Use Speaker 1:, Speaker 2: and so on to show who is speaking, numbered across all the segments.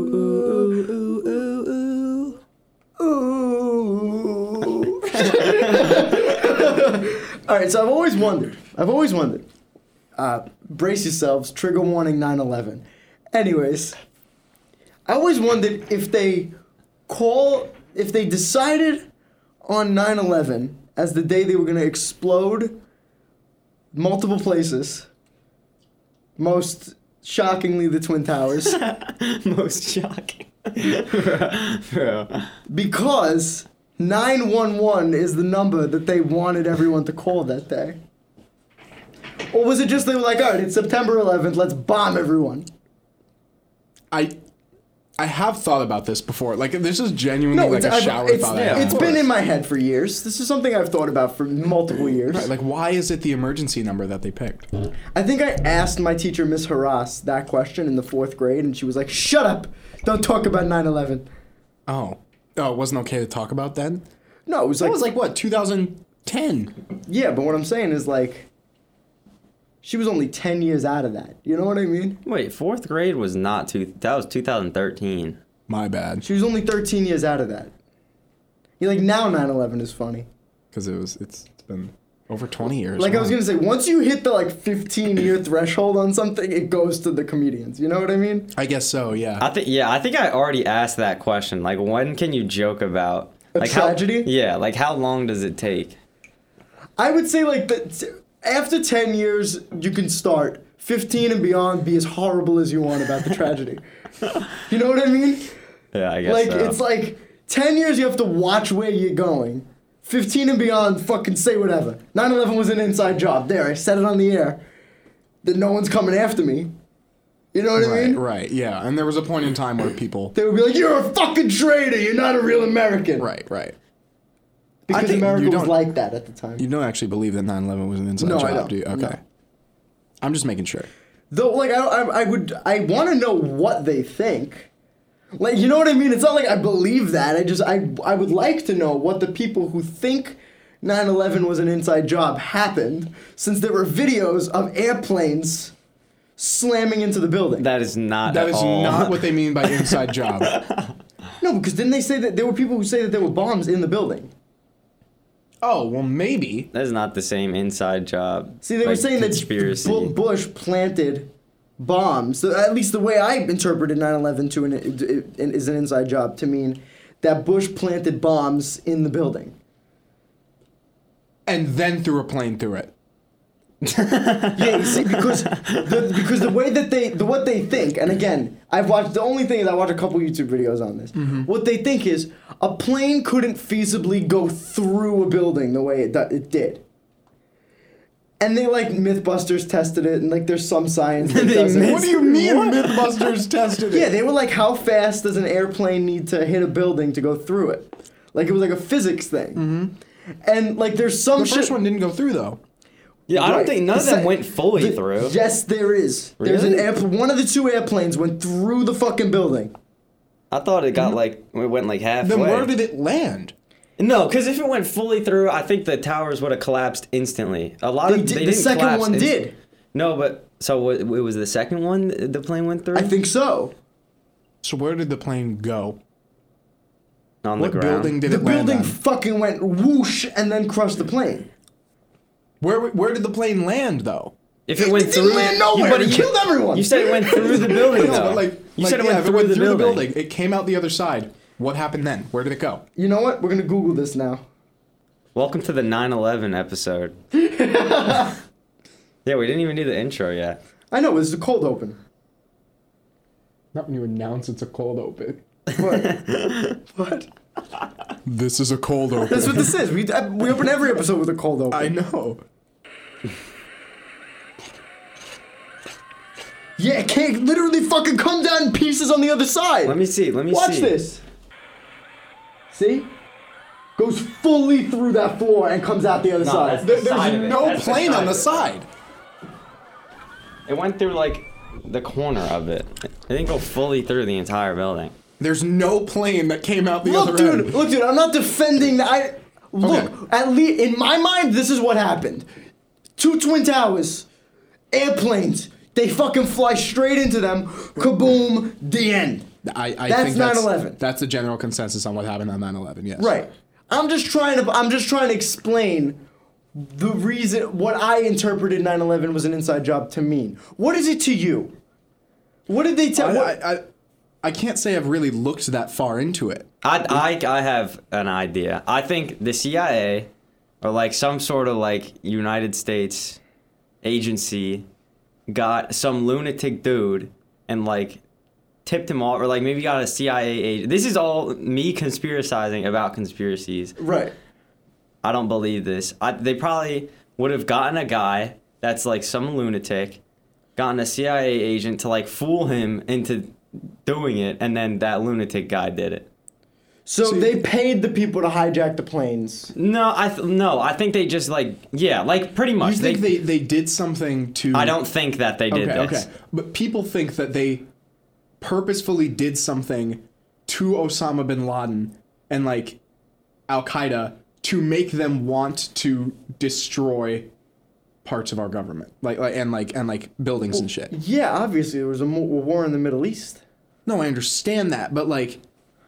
Speaker 1: All right, so I've always wondered. I've always wondered. Uh, brace yourselves. Trigger warning 9/11. Anyways, I always wondered if they call if they decided on 9/11 as the day they were going to explode multiple places. Most shockingly, the Twin Towers.
Speaker 2: Most shocking. Bro, bro.
Speaker 1: because 911 is the number that they wanted everyone to call that day. Or was it just they were like, all right, it's September 11th, let's bomb everyone?
Speaker 3: I I have thought about this before. Like this is genuinely like
Speaker 1: it's,
Speaker 3: a
Speaker 1: I've-
Speaker 3: shower
Speaker 1: it's,
Speaker 3: thought. I
Speaker 1: it's
Speaker 3: have.
Speaker 1: been in my head for years. This is something I've thought about for multiple years.
Speaker 3: Right, like why is it the emergency number that they picked?
Speaker 1: I think I asked my teacher, Miss Harass, that question in the fourth grade, and she was like, shut up, don't talk about 9 11.
Speaker 3: Oh. Oh, it wasn't okay to talk about then?
Speaker 1: No, it was
Speaker 3: That
Speaker 1: like,
Speaker 3: was like what, 2010?
Speaker 1: yeah, but what I'm saying is like, she was only 10 years out of that. You know what I mean?
Speaker 2: Wait, fourth grade was not two. That was 2013.
Speaker 3: My bad.
Speaker 1: She was only 13 years out of that. You're like, now 9 11 is funny.
Speaker 3: Because it was it's been over 20 years.
Speaker 1: Like, I
Speaker 3: now.
Speaker 1: was gonna say, once you hit the like 15 year threshold on something, it goes to the comedians. You know what I mean?
Speaker 3: I guess so, yeah.
Speaker 2: I think yeah, I think I already asked that question. Like, when can you joke about
Speaker 1: A
Speaker 2: like
Speaker 1: tragedy?
Speaker 2: How, yeah, like how long does it take?
Speaker 1: I would say, like, that after 10 years, you can start. 15 and beyond, be as horrible as you want about the tragedy. you know what I mean?
Speaker 2: Yeah, I guess
Speaker 1: Like,
Speaker 2: so.
Speaker 1: it's like 10 years, you have to watch where you're going. 15 and beyond, fucking say whatever. 9 11 was an inside job. There, I said it on the air. That no one's coming after me. You know what I
Speaker 3: Right,
Speaker 1: mean?
Speaker 3: right, yeah. And there was a point in time where people
Speaker 1: They would be like, you're a fucking traitor. You're not a real American.
Speaker 3: Right, right.
Speaker 1: Because
Speaker 3: think
Speaker 1: America
Speaker 3: you
Speaker 1: was
Speaker 3: don't-
Speaker 1: like that at the time.
Speaker 3: You don't actually believe that 9/11 was an inside
Speaker 1: No, I
Speaker 3: job,
Speaker 1: don't.
Speaker 3: do you? Okay.
Speaker 1: No.
Speaker 3: I'm just making sure.
Speaker 1: Though, like, I, I, I would, I want to know what they think. Like, you know what I mean? It's not like I believe that. I just, I, I would like to know what the people who think 9/11 was an inside job happened, since there were videos of airplanes slamming into the building.
Speaker 2: that is not.
Speaker 3: That
Speaker 2: at
Speaker 3: is
Speaker 2: all.
Speaker 3: not what they mean by inside job.
Speaker 1: no, because didn't they say that there were people who say that there were bombs in the building?
Speaker 3: Oh, well maybe.
Speaker 2: That is not the same inside job.
Speaker 1: See, they were
Speaker 2: like,
Speaker 1: saying
Speaker 2: conspiracy.
Speaker 1: that Bu- Bush planted bombs. So at least the way I interpreted 9/11 to an, it, it- is an inside job to mean that Bush planted bombs in the building.
Speaker 3: And then threw a plane through it.
Speaker 1: Yeah, you see, because the, because the way that they the what they think, and again, I've watched the only thing is I watched a couple YouTube videos on this. What they think is a plane couldn't feasibly go through a building the way it do- it did. And they like MythBusters tested it, and like there's some science that
Speaker 2: They
Speaker 1: does it.
Speaker 3: What do you mean Mythbusters tested it?
Speaker 1: Yeah, they were like, how fast does an airplane need to hit a building to go through it? Like it was like a physics thing.
Speaker 2: Mm-hmm.
Speaker 1: And like there's some
Speaker 3: the
Speaker 1: shit.
Speaker 3: first one didn't go through though.
Speaker 2: yeah, I don't
Speaker 1: Right.
Speaker 2: think none of
Speaker 1: The
Speaker 2: them
Speaker 1: se-
Speaker 2: went fully
Speaker 1: the-
Speaker 2: through.
Speaker 1: Yes, there is. There's an
Speaker 2: Really?
Speaker 1: air. One of the two airplanes went through the fucking building.
Speaker 2: I thought it got like it went like halfway.
Speaker 3: Then where did it land?
Speaker 2: No, because if it went fully through, I think the towers would have collapsed instantly. A lot
Speaker 1: They
Speaker 2: of
Speaker 1: did-
Speaker 2: they
Speaker 1: the
Speaker 2: didn't
Speaker 1: second
Speaker 2: collapse
Speaker 1: one
Speaker 2: inst-
Speaker 1: did.
Speaker 2: No, but so wa- it was the second one th- the plane went through
Speaker 1: I think so.
Speaker 3: So where did the plane go?
Speaker 2: on
Speaker 3: What
Speaker 2: the ground.
Speaker 3: building did
Speaker 1: The
Speaker 3: it land
Speaker 1: building
Speaker 3: on?
Speaker 1: fucking went whoosh and then crushed the plane.
Speaker 3: where where did the plane land though?
Speaker 2: if it went
Speaker 1: it
Speaker 2: through,
Speaker 1: didn't land nowhere.
Speaker 2: but
Speaker 1: it killed everyone.
Speaker 2: You said it went through the building.
Speaker 3: No,
Speaker 2: though.
Speaker 3: but like
Speaker 2: you
Speaker 3: like,
Speaker 2: said it
Speaker 3: yeah,
Speaker 2: went
Speaker 3: if
Speaker 2: through, the, building.
Speaker 3: It came out the other side. What happened then? Where did it go?
Speaker 1: You know what? We're gonna Google this now.
Speaker 2: Welcome to the 9/11 episode. yeah, we didn't even do the intro yet.
Speaker 1: I know it's a cold open.
Speaker 3: Not when you announce it's a cold open.
Speaker 1: But what?
Speaker 3: This is a cold
Speaker 1: That's
Speaker 3: open.
Speaker 1: what this is. We uh, we open every episode with a cold open.
Speaker 3: I know.
Speaker 1: Yeah, it can't literally fucking come down in pieces on the other side.
Speaker 2: Let me see. Let me
Speaker 1: Watch
Speaker 2: see.
Speaker 1: this. See? Goes fully through that floor and comes out the other side.
Speaker 3: There, there's
Speaker 2: Side of it.
Speaker 3: no
Speaker 2: That's the
Speaker 3: plane
Speaker 2: side
Speaker 3: on the
Speaker 2: of it.
Speaker 3: side.
Speaker 2: It went through like the corner of it. It didn't go fully through the entire building.
Speaker 3: There's no plane that came out the
Speaker 1: Look,
Speaker 3: other
Speaker 1: dude.
Speaker 3: end.
Speaker 1: Look, dude. I'm not defending that. I look.
Speaker 3: Okay.
Speaker 1: At least in my mind, this is what happened. Two twin towers, airplanes. They fucking fly straight into them. Kaboom. The end.
Speaker 3: I, I
Speaker 1: That's
Speaker 3: think that's
Speaker 1: 9/11.
Speaker 3: That's the general consensus on what happened on 9/11. Yes.
Speaker 1: Right. I'm just trying to. I'm just trying to explain the reason what I interpreted 9/11 was an inside job to mean. What is it to you? What did they tell?
Speaker 3: I,
Speaker 1: what-
Speaker 3: I, I, I can't say I've really looked that far into it.
Speaker 2: I, I, I have an idea. I think the CIA or like some sort of like United States agency got some lunatic dude and like tipped him off or like maybe got a CIA agent. This is all me conspiracizing about conspiracies.
Speaker 1: right.
Speaker 2: I don't believe this. I, they probably would have gotten a guy that's like some lunatic, gotten a CIA agent to like fool him into doing it, and then that lunatic guy did it.
Speaker 1: So
Speaker 3: See-
Speaker 1: they paid the people to hijack the planes.
Speaker 2: No, I th- no, I think they just like yeah, like pretty
Speaker 3: You
Speaker 2: much.
Speaker 3: think
Speaker 2: they,
Speaker 3: they, they did something to?
Speaker 2: I don't think that they did
Speaker 3: okay,
Speaker 2: this.
Speaker 3: okay. But people think that they purposefully did something to Osama bin Laden and like Al Qaeda to make them want to destroy parts of our government, like, like and like and like buildings and shit.
Speaker 1: Yeah, obviously there was a mo- war in the Middle East.
Speaker 3: No, I understand that, but like,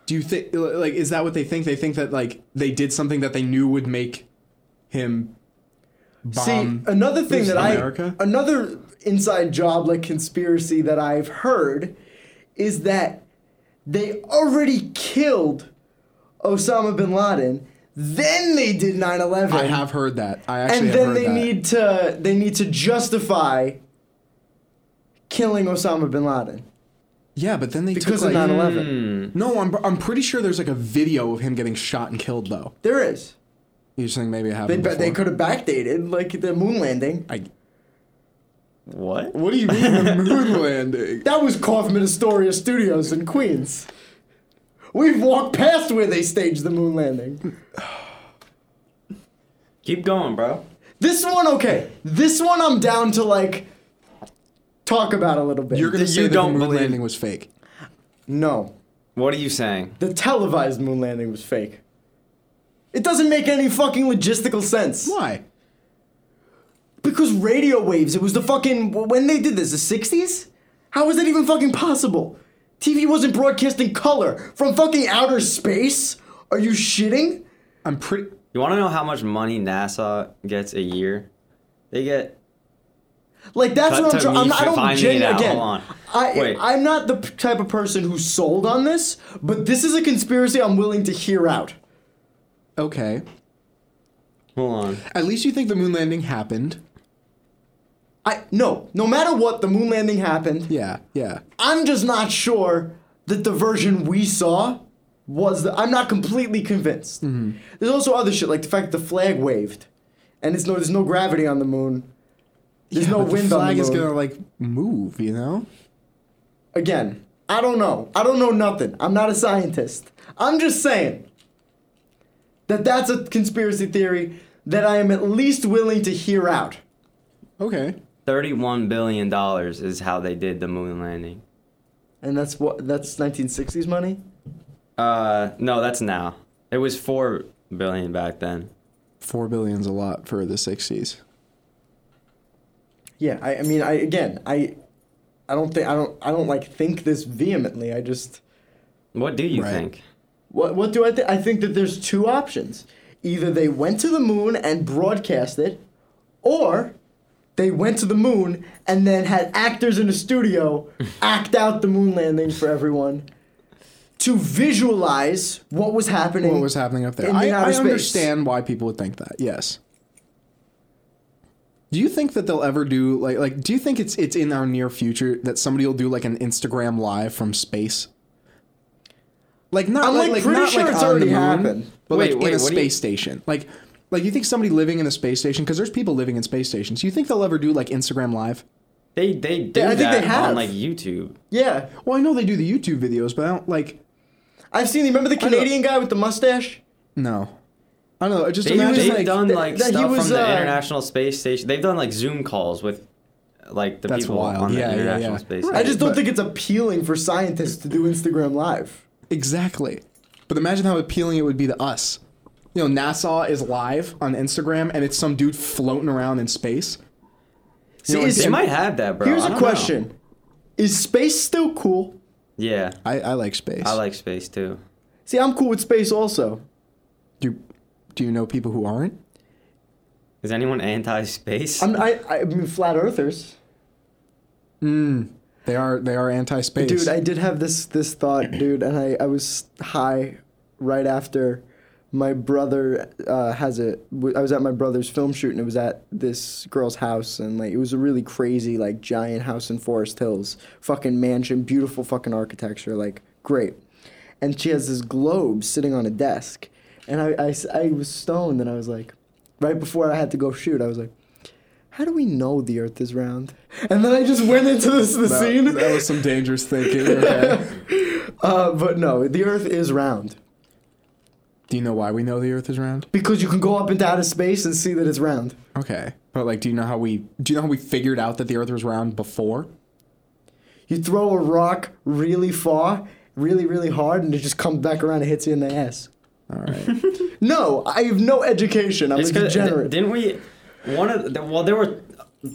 Speaker 3: do you think like is that what they think? They think that like they did something that they knew would make him bomb.
Speaker 1: See, another thing
Speaker 3: Is
Speaker 1: that
Speaker 3: America?
Speaker 1: I another inside job like conspiracy that I've heard is that they already killed Osama bin Laden, then they did 9/11.
Speaker 3: I have heard that. I actually
Speaker 1: and
Speaker 3: have
Speaker 1: then
Speaker 3: heard
Speaker 1: they
Speaker 3: that.
Speaker 1: need to they need to justify killing Osama bin Laden
Speaker 3: yeah, but then they
Speaker 1: because
Speaker 3: took
Speaker 1: of
Speaker 3: like hmm.
Speaker 1: 9/11.
Speaker 3: no. I'm I'm pretty sure there's like a video of him getting shot and killed though.
Speaker 1: There is.
Speaker 3: You just think maybe it
Speaker 1: They
Speaker 3: happened.
Speaker 1: but they
Speaker 3: before?
Speaker 1: could have backdated like the moon landing.
Speaker 3: I,
Speaker 2: What?
Speaker 3: what do you mean the moon landing?
Speaker 1: That was Kaufman Astoria Studios in Queens. We've walked past where they staged the moon landing.
Speaker 2: Keep going, bro.
Speaker 1: This one, okay. This one, I'm down to like talk about a little bit.
Speaker 3: You're gonna
Speaker 2: You
Speaker 3: say that
Speaker 2: don't
Speaker 3: the moon
Speaker 2: believe-
Speaker 3: landing was fake?
Speaker 1: no,
Speaker 2: What are you saying?
Speaker 1: the televised moon landing was fake. It doesn't make any fucking logistical sense.
Speaker 3: Why?
Speaker 1: Because radio waves. It was the fucking when they did this, the '60s. How was that even fucking possible? TV wasn't broadcasting color from fucking outer space. Are you shitting?
Speaker 3: I'm pretty.
Speaker 2: You want to know how much money NASA gets a year? They get
Speaker 1: Like that's
Speaker 2: Cut
Speaker 1: what I'm
Speaker 2: to
Speaker 1: trying.
Speaker 2: me
Speaker 1: I'm not, I don't
Speaker 2: finding
Speaker 1: gen-
Speaker 2: it out.
Speaker 1: again.
Speaker 2: Hold on.
Speaker 1: I
Speaker 2: Wait.
Speaker 1: I'm not the p- type of person who's sold on this, but this is a conspiracy I'm willing to hear out.
Speaker 3: Okay.
Speaker 2: hold on.
Speaker 3: At least you think the moon landing happened.
Speaker 1: I no, no matter what, the moon landing happened.
Speaker 3: Yeah. Yeah.
Speaker 1: I'm just not sure that the version we saw was. The, I'm not completely convinced.
Speaker 2: Mm-hmm.
Speaker 1: There's also other shit like the fact that the flag waved, and it's no there's no gravity on the moon. There's
Speaker 3: Yeah,
Speaker 1: no
Speaker 3: but
Speaker 1: wind
Speaker 3: the
Speaker 1: on
Speaker 3: flag
Speaker 1: the moon.
Speaker 3: is gonna like move, you know?
Speaker 1: again, I don't know. I don't know nothing. I'm not a scientist. I'm just saying that that's a conspiracy theory that I am at least willing to hear out.
Speaker 3: Okay.
Speaker 2: Thirty-one billion dollars is how they did the moon landing.
Speaker 1: And that's what that's 1960s money.
Speaker 2: Uh, no, that's now. It was four billion back then.
Speaker 3: Four billion's a lot for the sixties.
Speaker 1: Yeah, I, I mean, I again, I, I don't think I don't I don't like think this vehemently. I just
Speaker 2: What do you
Speaker 3: Right.
Speaker 2: think?
Speaker 1: What what do I think? I think that there's two options. Either they went to the moon and broadcast it, or they went to the moon and then had actors in a studio act out the moon landing for everyone to visualize what was happening.
Speaker 3: What was happening up there?
Speaker 1: In the
Speaker 3: I,
Speaker 1: outer
Speaker 3: I
Speaker 1: space.
Speaker 3: understand why people would think that, yes. Do you think that they'll ever do like like do you think it's it's in our near future that somebody will do like an Instagram live from space? Like not
Speaker 1: I'm, like,
Speaker 3: like,
Speaker 1: pretty
Speaker 3: not,
Speaker 1: sure
Speaker 3: like,
Speaker 1: it's
Speaker 3: on the
Speaker 1: already
Speaker 3: moon,
Speaker 1: happened.
Speaker 3: But
Speaker 2: Wait,
Speaker 3: like
Speaker 2: wait,
Speaker 3: in a
Speaker 2: what do you-
Speaker 3: space station. Like like you think somebody living in a space station because there's people living in space stations. Do you think they'll ever do like Instagram live?
Speaker 2: They they do
Speaker 1: I think
Speaker 2: that
Speaker 1: they have.
Speaker 2: on like YouTube.
Speaker 1: Yeah,
Speaker 3: Well, I know they do the YouTube videos, but I don't like.
Speaker 1: I've seen. Remember the Canadian guy with the mustache?
Speaker 3: No, I don't know. I Just
Speaker 2: They,
Speaker 3: imagine
Speaker 2: they've
Speaker 3: like
Speaker 2: done
Speaker 1: th-
Speaker 2: like
Speaker 1: that he
Speaker 2: stuff
Speaker 1: was,
Speaker 2: from the
Speaker 1: uh,
Speaker 2: International Space Station. They've done like Zoom calls with like the
Speaker 3: That's
Speaker 2: people
Speaker 3: wild.
Speaker 2: on the
Speaker 3: Yeah, yeah,
Speaker 2: International
Speaker 3: yeah.
Speaker 2: Space
Speaker 3: Right.
Speaker 1: I
Speaker 2: Station.
Speaker 1: just don't
Speaker 3: But-
Speaker 1: think it's appealing for scientists to do Instagram Live.
Speaker 3: exactly. But imagine how appealing it would be to us. You know, NASA is live on Instagram, and it's some dude floating around in space.
Speaker 1: See,
Speaker 3: know,
Speaker 1: is,
Speaker 2: they might have that, bro.
Speaker 1: here's
Speaker 2: I
Speaker 1: a
Speaker 2: don't
Speaker 1: question:
Speaker 2: know.
Speaker 1: Is space still cool?
Speaker 2: Yeah,
Speaker 3: I, I like space.
Speaker 2: I like space too.
Speaker 1: See, I'm cool with space also.
Speaker 3: Do Do you know people who aren't?
Speaker 2: Is anyone anti-space?
Speaker 1: I'm, I, I mean, flat earthers.
Speaker 2: Hmm.
Speaker 3: They are they are anti-space.
Speaker 1: Dude, I did have this this thought, dude, and I, I was high right after my brother uh, has a. w- I was at my brother's film shoot, and it was at this girl's house, and like it was a really crazy, like giant house in Forest Hills, fucking mansion, beautiful fucking architecture, like great. And she has this globe sitting on a desk, and I, I s- I was stoned, and I was like, right before I had to go shoot, I was like. How do we know the Earth is round? And then I just went into this the
Speaker 3: that,
Speaker 1: scene.
Speaker 3: that was some dangerous thinking. Okay.
Speaker 1: Uh, but no, the Earth is round
Speaker 3: do you know why we know the Earth is round?
Speaker 1: because you can go up into outer space and see that it's round.
Speaker 3: Okay, but like, do you know how we do you know how we figured out that the Earth was round before?
Speaker 1: You throw a rock really far, really, really hard, and it just comes back around and hits you in the ass.
Speaker 3: All right.
Speaker 1: No, I have no education. I'm
Speaker 2: It's
Speaker 1: a
Speaker 2: 'cause-
Speaker 1: degenerate.
Speaker 2: Didn't we? One of the, well, there were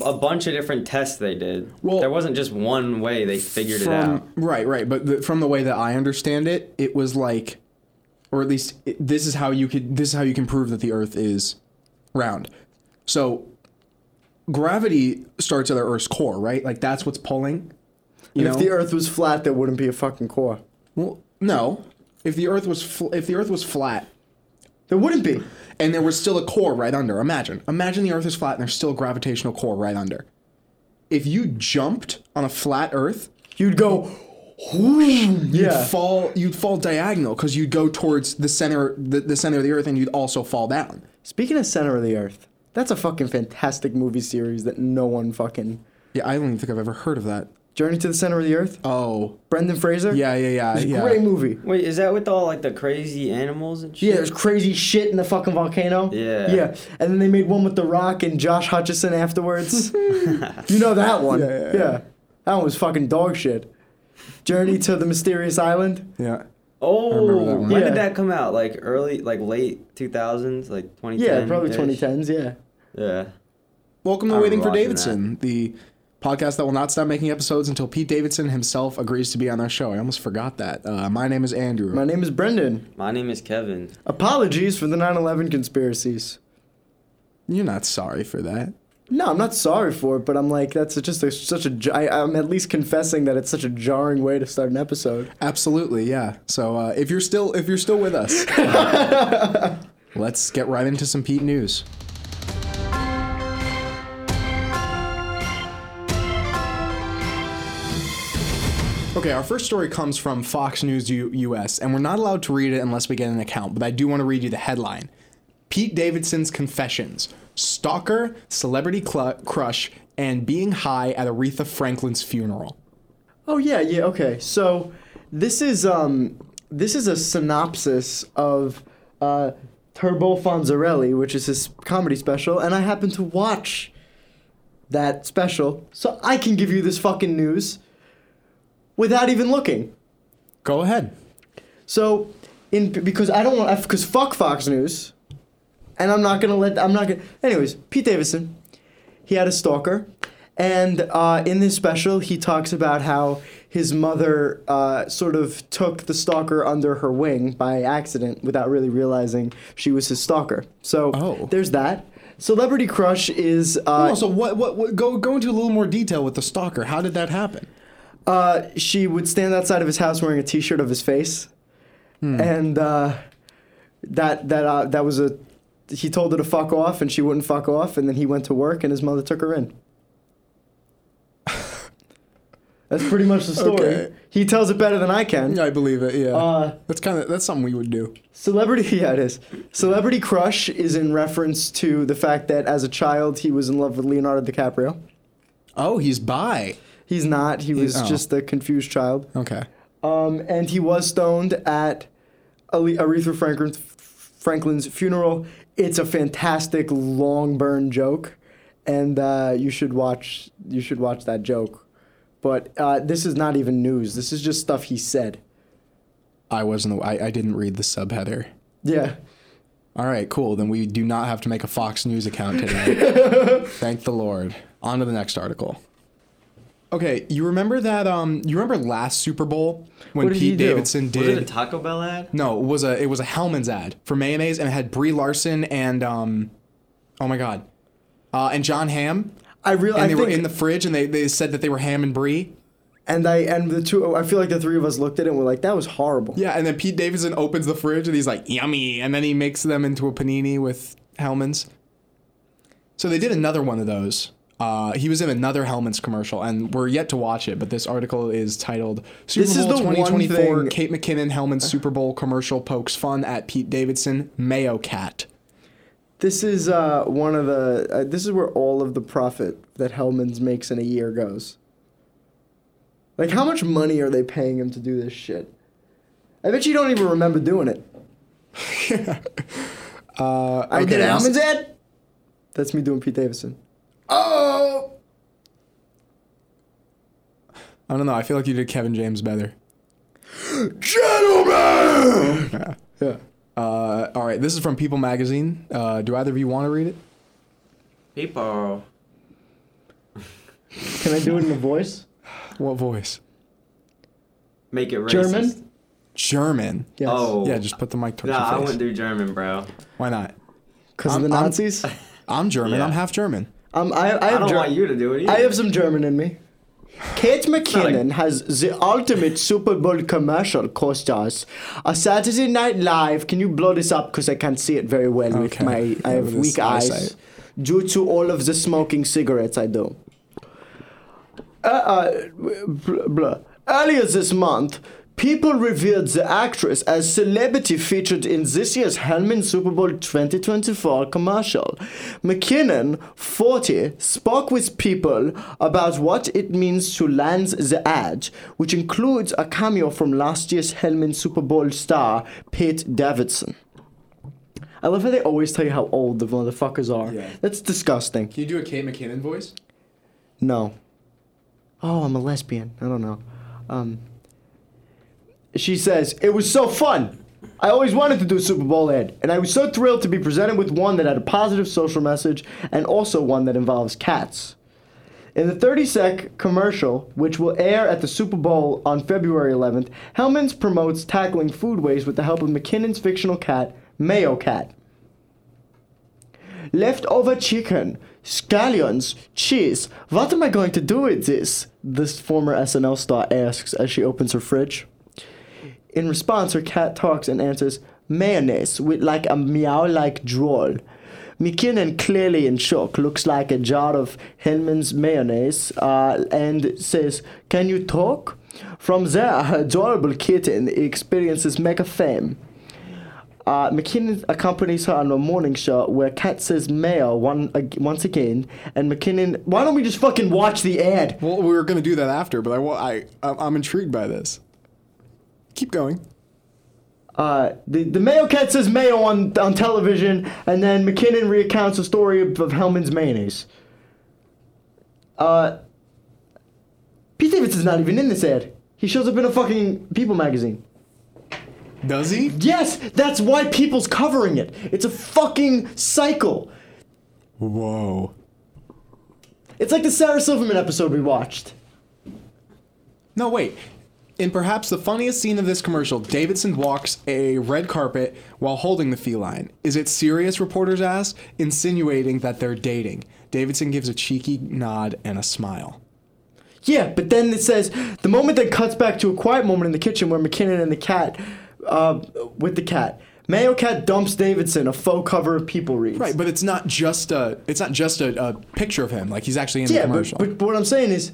Speaker 2: a bunch of different tests they did.
Speaker 3: Well-
Speaker 2: there wasn't just one way they figured it out.
Speaker 3: from, Right, right. But the, from the way that I understand it, it was like, or at least it, this is how you could this is how you can prove that the Earth is round. So gravity starts at the Earth's core, right? Like that's what's pulling. You
Speaker 1: and if
Speaker 3: know?
Speaker 1: the Earth was flat, there wouldn't be a fucking core.
Speaker 3: well, no. If the Earth was fl- if the Earth was flat
Speaker 1: There wouldn't be.
Speaker 3: and there was still a core right under, imagine, imagine the Earth is flat and there's still a gravitational core right under. If you jumped on a flat Earth,
Speaker 1: You'd go, whoosh, yeah.
Speaker 3: you'd fall you'd fall diagonal because you'd go towards the center the, the center of the earth and you'd also fall down
Speaker 1: Speaking of center of the Earth, that's a fucking fantastic movie series that no one fucking.
Speaker 3: yeah i don't even think i've ever heard of that
Speaker 1: Journey to the Center of the Earth.
Speaker 3: oh
Speaker 1: Brendan Fraser.
Speaker 3: yeah yeah yeah
Speaker 1: It's a
Speaker 3: yeah
Speaker 1: great movie.
Speaker 2: Wait, is that with all like the crazy animals and shit?
Speaker 1: Yeah, there's crazy shit in the fucking volcano.
Speaker 2: Yeah.
Speaker 1: Yeah. And then they made one with The Rock and Josh Hutcherson afterwards. you know that one.
Speaker 3: Yeah, yeah, yeah.
Speaker 1: That one was fucking dog shit. Journey to the Mysterious Island.
Speaker 3: yeah remember that
Speaker 2: Oh,
Speaker 3: one.
Speaker 2: when
Speaker 1: Yeah.
Speaker 2: did that come out? Like early, like late 2000s, like 2010.
Speaker 1: Yeah, probably 2010s, yeah.
Speaker 2: Yeah.
Speaker 3: welcome to
Speaker 2: I remember
Speaker 3: waiting for
Speaker 2: watching
Speaker 3: davidson the podcast that will not stop making episodes until pete davidson himself agrees to be on our show i almost forgot that uh, my name is andrew
Speaker 1: My name is Brendan.
Speaker 2: My name is Kevin.
Speaker 1: Apologies for the 9 11 conspiracies.
Speaker 3: you're not sorry for that
Speaker 1: No, I'm not sorry for it, but I'm like, that's just a, such a. j- I, am at least confessing that it's such a jarring way to start an episode.
Speaker 3: absolutely yeah so uh, if you're still if you're still with us let's get right into some pete news Okay, our first story comes from Fox News U- US, and we're not allowed to read it unless we get an account, but I do want to read you the headline Pete Davidson's Confessions Stalker, Celebrity cl- Crush, and Being High at Aretha Franklin's Funeral.
Speaker 1: Oh yeah, yeah, okay. So this is um this is a synopsis of uh Turbo Fonzarelli, which is his comedy special, and I happen to watch that special, so I can give you this fucking news without even looking.
Speaker 3: Go ahead.
Speaker 1: So in because I don't want because fuck Fox News, and I'm not gonna let I'm not gonna. Anyways, Pete Davidson, he had a stalker, and uh, in this special he talks about how his mother uh, sort of took the stalker under her wing by accident without really realizing she was his stalker. So
Speaker 3: Oh.
Speaker 1: there's that. Celebrity Crush is uh,
Speaker 3: Also, Oh, what, what, what, go, go into a little more detail with the stalker. How did that happen?
Speaker 1: uh, she would stand outside of his house wearing a T-shirt of his face,
Speaker 3: Hmm.
Speaker 1: and uh, that that uh, that was a. He told her to fuck off, and she wouldn't fuck off, and then he went to work, and his mother took her in. That's pretty much the story.
Speaker 3: Okay.
Speaker 1: He tells it better than I can.
Speaker 3: I believe it, yeah.
Speaker 1: Uh,
Speaker 3: that's kind of, that's something we would do.
Speaker 1: Celebrity, yeah, it is. Celebrity crush is in reference to the fact that as a child he was in love with Leonardo DiCaprio.
Speaker 3: Oh, he's bi.
Speaker 1: He's not. He was
Speaker 3: oh.
Speaker 1: just a confused child.
Speaker 3: Okay.
Speaker 1: Um, and he was stoned at Ale- Aretha Franklin's, Franklin's funeral. It's a fantastic long burn joke, and uh, you should watch. You should watch that joke. But uh, this is not even news. This is just stuff he said.
Speaker 3: I wasn't, I, I didn't read the subheader.
Speaker 1: Yeah.
Speaker 3: All right, cool. Then we do not have to make a Fox News account today. Thank the Lord. On to the next article. Okay, you remember that? Um, you remember last Super Bowl when
Speaker 1: What did he
Speaker 3: Pete
Speaker 1: do?
Speaker 3: Davidson
Speaker 2: Was it a
Speaker 3: did?
Speaker 2: Taco Bell ad?
Speaker 3: no, it was a it was a Hellman's ad for mayonnaise, and it had Brie Larson and um, oh my God, uh, and John Ham,
Speaker 1: I really,
Speaker 3: and
Speaker 1: I
Speaker 3: they
Speaker 1: think,
Speaker 3: were in the fridge, and they, they said that they were ham and brie.
Speaker 1: and I and the two. I feel like the three of us looked at it and were like, "That was horrible."
Speaker 3: Yeah, and then Pete Davidson opens the fridge and he's like, yummy. And then he makes them into a panini with Hellman's. So they did another one of those. Uh, he was in another Hellman's commercial, and we're yet to watch it, but this article is titled Super
Speaker 1: This is
Speaker 3: Bowl
Speaker 1: the one
Speaker 3: 2024
Speaker 1: thing-
Speaker 3: Kate McKinnon Hellman's Super Bowl commercial pokes fun at Pete Davidson, Mayo Cat.
Speaker 1: This is uh, one of the. Uh, this is where all of the profit that Hellman's makes in a year goes. Like, how much money are they paying him to do this shit? I bet you don't even remember doing it.
Speaker 3: Uh,
Speaker 1: I did
Speaker 3: okay.
Speaker 1: a Hellman's ad. That's me doing Pete Davidson.
Speaker 3: Oh! I don't know. I feel like you did Kevin James better.
Speaker 1: Gentlemen. yeah.
Speaker 3: Uh, all right, this is from People Magazine. Uh, do either of you want to read it?
Speaker 2: People.
Speaker 1: Can I do it in a voice?
Speaker 3: What voice?
Speaker 2: Make it racist.
Speaker 1: German?
Speaker 3: German.
Speaker 1: Yes.
Speaker 2: Oh.
Speaker 3: Yeah, just put the mic towards
Speaker 2: Nah, I
Speaker 3: your face.
Speaker 2: wouldn't do German, bro.
Speaker 3: Why not?
Speaker 1: Because of
Speaker 3: I'm-
Speaker 1: the
Speaker 3: I'm-
Speaker 1: Nazis.
Speaker 3: I'm German.
Speaker 2: Yeah.
Speaker 3: I'm half German.
Speaker 1: Um, I, I,
Speaker 2: I
Speaker 1: have
Speaker 2: don't
Speaker 1: Ger-
Speaker 2: want you to do it either.
Speaker 1: I have some German in me. Kate McKinnon
Speaker 2: Not
Speaker 1: has the ultimate Super Bowl commercial co-stars. A Saturday Night Live. Can you blow this up? Because I can't see it very well with
Speaker 3: Okay.
Speaker 1: my. I have
Speaker 3: With
Speaker 1: weak
Speaker 3: this
Speaker 1: eyes
Speaker 3: eyesight.
Speaker 1: due to all of the smoking cigarettes I do. Uh, uh, blah, blah. Earlier this month, people revered the actress as celebrity featured in this year's Hellman Super Bowl 2024 commercial. McKinnon, 40, spoke with people about what it means to land the ad, which includes a cameo from last year's Hellman Super Bowl star, Pete Davidson. I love how they always tell you how old the motherfuckers are.
Speaker 3: Yeah.
Speaker 1: That's disgusting.
Speaker 3: Can you do a Kate McKinnon voice?
Speaker 1: No. Oh, I'm a lesbian. I don't know. Um, she says, It was so fun. I always wanted to do a Super Bowl ad, and I was so thrilled to be presented with one that had a positive social message and also one that involves cats. In the 30 sec commercial, which will air at the Super Bowl on February 11th, Hellman's promotes tackling food waste with the help of McKinnon's fictional cat, Mayo Cat leftover chicken, scallions, cheese. What am I going to do with this? This former SNL star asks as she opens her fridge. In response, her cat talks and answers mayonnaise with like a meow like drawl. McKinnon, clearly in shock, looks like a jar of Hellman's mayonnaise uh, and says, Can you talk? From there, her adorable kitten experiences mega fame. Uh, McKinnon accompanies her on a morning show where Kat says mayor one, ag- once again, and McKinnon. Why don't we just fucking watch the ad?
Speaker 3: Well, we were gonna do that after, but I, wa- I, I'm- I'm intrigued by this. Keep going.
Speaker 1: Uh, the, the mayo cat says mayo on, on television, and then McKinnon recounts the story of, of Hellman's mayonnaise. Uh, Pete Davidson's not even in this ad. He shows up in a fucking People magazine.
Speaker 3: Does he?
Speaker 1: Yes, that's why people's covering it. It's a fucking cycle.
Speaker 3: Whoa.
Speaker 1: It's like the Sarah Silverman episode we watched.
Speaker 3: No, wait. In perhaps the funniest scene of this commercial, Davidson walks a red carpet while holding the feline. Is it serious? Reporters ask, insinuating that they're dating. Davidson gives a cheeky nod and a smile.
Speaker 1: Yeah, but then it says the moment that cuts back to a quiet moment in the kitchen where McKinnon and the cat, uh, with the cat, Mayo Cat dumps Davidson a faux cover of People Reads.
Speaker 3: Right, but it's not just a it's not just a, a picture of him. Like he's actually in the
Speaker 1: yeah, but,
Speaker 3: commercial.
Speaker 1: but, but what I'm saying is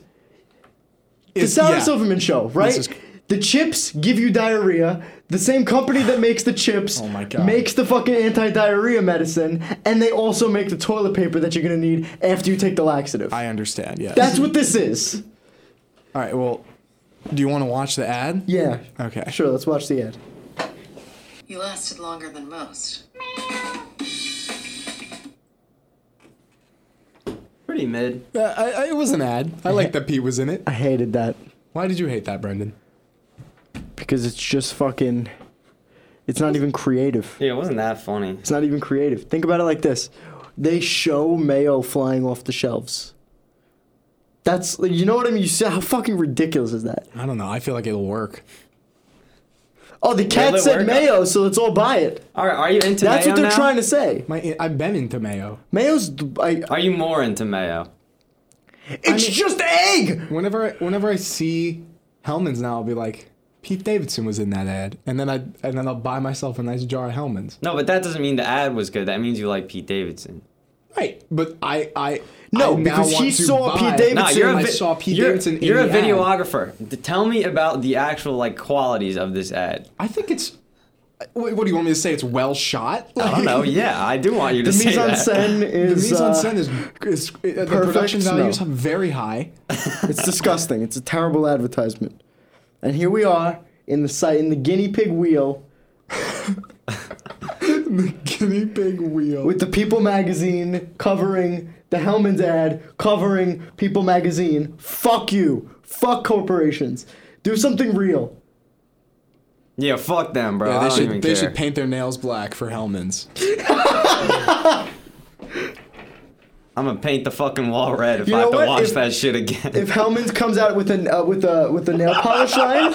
Speaker 1: the
Speaker 3: It's-
Speaker 1: Sarah
Speaker 3: yeah.
Speaker 1: Silverman show, right?
Speaker 3: is-
Speaker 1: the chips give you diarrhea. The same company that makes the chips
Speaker 3: Oh my God.
Speaker 1: makes the fucking anti-diarrhea medicine, and they also make the toilet paper that you're gonna need after you take the laxative.
Speaker 3: I understand. Yeah.
Speaker 1: That's what this is.
Speaker 3: all right. Well, do you want to watch the ad?
Speaker 1: Yeah.
Speaker 3: Okay.
Speaker 1: Sure. Let's watch the ad.
Speaker 4: You lasted longer than most.
Speaker 2: Pretty mid.
Speaker 3: Uh, I, I, it was an ad. I like that Pete was in it.
Speaker 1: I hated that.
Speaker 3: Why did you hate that, Brendan?
Speaker 1: because it's just fucking it's not even creative
Speaker 2: Yeah, it wasn't that funny.
Speaker 1: it's not even creative think about it like this they show mayo flying off the shelves that's you know what i mean you see how fucking ridiculous is that
Speaker 3: I don't know. I feel like it'll work.
Speaker 1: Oh, the cat
Speaker 2: it
Speaker 1: said
Speaker 2: work?
Speaker 1: mayo, so let's all buy it.
Speaker 2: Are, are you into
Speaker 1: That's
Speaker 2: mayo
Speaker 1: what they're
Speaker 2: now?
Speaker 1: trying to say.
Speaker 3: My, I've been into mayo.
Speaker 1: Mayo's. th- I,
Speaker 2: Are you more into mayo?
Speaker 1: it's just egg.
Speaker 3: Whenever I, whenever I see Hellman's now, I'll be like, Pete Davidson was in that ad, and then I and then I'll buy myself a nice jar of Hellman's.
Speaker 2: No, but that doesn't mean the ad was good. That means you like Pete Davidson.
Speaker 3: Right, but I I
Speaker 1: No,
Speaker 3: I now
Speaker 1: because
Speaker 3: want
Speaker 1: he
Speaker 3: to
Speaker 1: saw
Speaker 3: buy-
Speaker 1: Pete Davidson.
Speaker 2: No, you're a
Speaker 3: I
Speaker 2: vi-
Speaker 3: saw Pete
Speaker 2: you're,
Speaker 3: Davidson. in
Speaker 2: You're a
Speaker 3: the ad.
Speaker 2: videographer. D- Tell me about the actual like qualities of this ad.
Speaker 3: I think it's. Wait, what do you want me to say? It's well shot.
Speaker 2: I don't know. Yeah, I do want you to
Speaker 1: The
Speaker 2: say
Speaker 1: mise en
Speaker 2: that.
Speaker 1: scène
Speaker 3: The
Speaker 1: is.
Speaker 3: mise en
Speaker 1: uh,
Speaker 3: scène is, is uh, the
Speaker 1: perfect?
Speaker 3: production values
Speaker 1: No.
Speaker 3: are very high.
Speaker 1: uh, It's disgusting. It's a terrible advertisement. And here we are in the site in the guinea pig wheel
Speaker 3: the guinea pig wheel.
Speaker 1: with the People magazine covering the Hellman's ad covering People magazine. Fuck you. Fuck corporations. Do something real.
Speaker 2: Yeah, fuck them, bro.
Speaker 3: yeah,
Speaker 2: I
Speaker 3: they
Speaker 2: don't
Speaker 3: should
Speaker 2: even
Speaker 3: they
Speaker 2: care.
Speaker 3: should paint their nails black for Hellman's.
Speaker 2: I'm gonna paint the fucking wall red if
Speaker 1: You
Speaker 2: I
Speaker 1: know
Speaker 2: have to
Speaker 1: what?
Speaker 2: watch
Speaker 1: If-
Speaker 2: that shit again.
Speaker 1: If Hellman's comes out with an uh, with a with a nail polish line,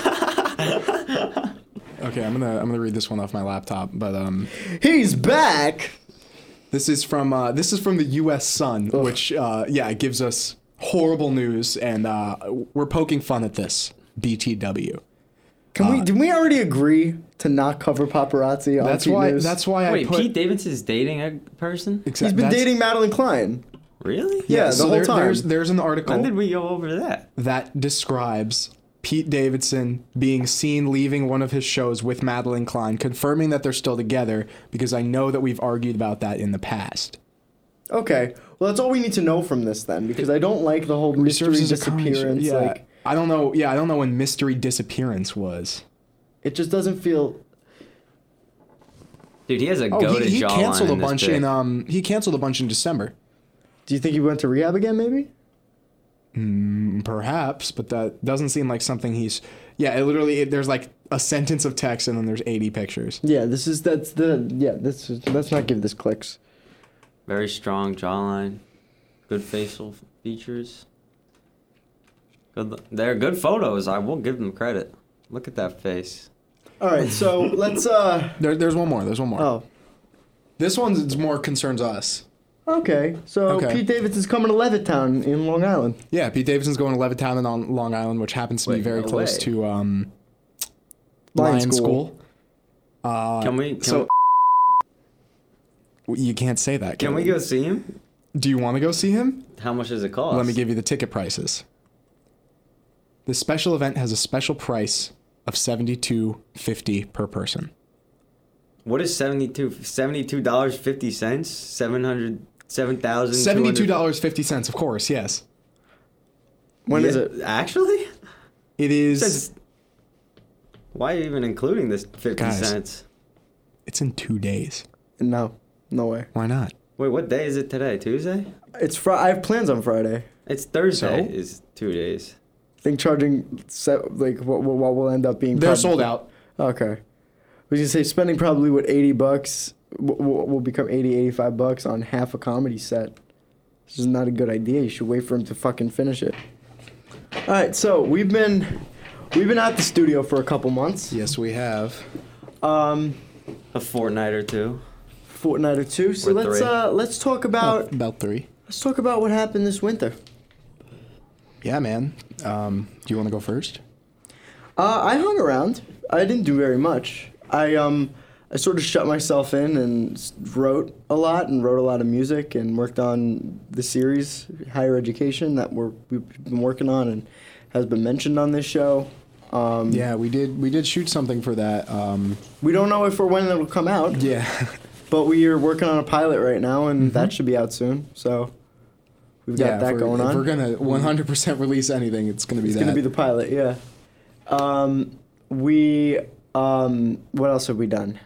Speaker 3: Okay, I'm gonna I'm gonna read this one off my laptop, but um,
Speaker 1: he's back.
Speaker 3: this is from uh, this is from the U.S. Sun, which uh, yeah it gives us horrible news, and uh, we're poking fun at this. BTW.
Speaker 1: Can we did we already agree to not cover paparazzi on
Speaker 3: Uh, That's
Speaker 1: Pete
Speaker 3: why.
Speaker 1: News?
Speaker 3: That's why I
Speaker 2: Wait,
Speaker 3: put.
Speaker 2: Pete Davidson's dating a person?
Speaker 3: Exa-
Speaker 1: he's been
Speaker 3: that's-
Speaker 1: dating Madeline Klein.
Speaker 2: Really?
Speaker 1: Yeah, the
Speaker 3: so
Speaker 1: whole
Speaker 3: there-
Speaker 1: time.
Speaker 3: There's there's an article.
Speaker 2: When did we go over that?
Speaker 3: that describes Pete Davidson being seen leaving one of his shows with Madeline Klein, confirming that they're still together because I know that we've argued about that in the past.
Speaker 1: Okay. Well, that's all we need to know from this then, because I don't like the whole mystery
Speaker 3: Serves as a conscience-
Speaker 1: disappearance.
Speaker 3: Yeah.
Speaker 1: Like,
Speaker 3: I don't know. Yeah, I don't know when mystery disappearance was.
Speaker 1: it just doesn't feel.
Speaker 2: Dude, he has a
Speaker 3: Oh,
Speaker 2: go
Speaker 3: he,
Speaker 2: to
Speaker 3: he
Speaker 2: jawline.
Speaker 3: canceled a
Speaker 2: in this
Speaker 3: bunch
Speaker 2: bit.
Speaker 3: in um he canceled a bunch in December,
Speaker 1: Do you think he went to rehab again? Maybe.
Speaker 3: Mm, perhaps, but that doesn't seem like something he's. Yeah, it literally it, there's like a sentence of text and then there's 80 pictures.
Speaker 1: Yeah. This is that's the yeah. This is, let's not give this clicks.
Speaker 2: Very strong jawline, good facial features. Good. They're good photos. I will give them credit. Look at that face.
Speaker 1: All right. So let's. uh
Speaker 3: There, there's one more. There's one more.
Speaker 1: Oh.
Speaker 3: This one's more concerns us.
Speaker 1: Okay. So
Speaker 3: Okay.
Speaker 1: Pete Davidson's coming to Levittown in Long Island.
Speaker 3: Yeah, Pete Davidson's going to Levittown and on Long Island, which happens to be
Speaker 2: Wait,
Speaker 3: very
Speaker 2: no
Speaker 3: close
Speaker 2: way.
Speaker 3: to um,
Speaker 1: Lion
Speaker 3: Lion,
Speaker 1: School.
Speaker 3: School.
Speaker 2: can we? Can,
Speaker 3: Uh, so- W- You can't say that.
Speaker 2: can we
Speaker 3: you?
Speaker 2: go see him?
Speaker 3: Do you want to go see him?
Speaker 2: How much does it cost?
Speaker 3: Let me give you the ticket prices. The special event has a special price of seventy-two fifty per person.
Speaker 2: What is 72 dollars fifty cents? Seven hundred seven thousand
Speaker 3: Seventy-two dollars fifty cents, of course. Yes,
Speaker 1: When is it?
Speaker 2: Actually,
Speaker 3: it
Speaker 2: Says-
Speaker 3: is.
Speaker 2: why are you even including this fifty
Speaker 3: Guys.
Speaker 2: cents?
Speaker 3: It's in two days.
Speaker 1: No. No way.
Speaker 3: Why not?
Speaker 2: Wait, what day is it today? Tuesday?
Speaker 1: It's Fri. I have plans on Friday.
Speaker 2: It's Thursday.
Speaker 3: So?
Speaker 2: Is two days.
Speaker 1: I think charging set like what what, what will end up being.
Speaker 3: They're
Speaker 1: prob-
Speaker 3: sold out.
Speaker 1: Okay. We can say spending probably what 80 bucks will, will become 80 85 bucks on half a comedy set. This is not a good idea. You should wait for him to fucking finish it. All right, so we've been we've been at the studio for a couple months.
Speaker 3: Yes, we have.
Speaker 1: Um
Speaker 2: A fortnight or two.
Speaker 1: fortnight or two. So
Speaker 2: Or
Speaker 1: let's
Speaker 2: three.
Speaker 1: uh let's talk about
Speaker 3: Oh, About three.
Speaker 1: let's talk about what happened this winter.
Speaker 3: Yeah, man. Um, do you want to go first?
Speaker 1: Uh, I hung around. I didn't do very much. I um, I sort of shut myself in and s- wrote a lot and wrote a lot of music and worked on the series Higher Education that we're, we've been working on and has been mentioned on this show. Um,
Speaker 3: Yeah, we did. We did shoot something for that. Um,
Speaker 1: We don't know if or when it'll come out,
Speaker 3: yeah. Mm-hmm.
Speaker 1: but we are working on a pilot right now and that should be out soon. So we've got
Speaker 3: yeah, if
Speaker 1: that
Speaker 3: we're-
Speaker 1: going
Speaker 3: if
Speaker 1: on.
Speaker 3: we're gonna 100 percent release anything, it's gonna be
Speaker 1: It's
Speaker 3: that.
Speaker 1: gonna be the pilot, yeah. Um, we um, what else have we done?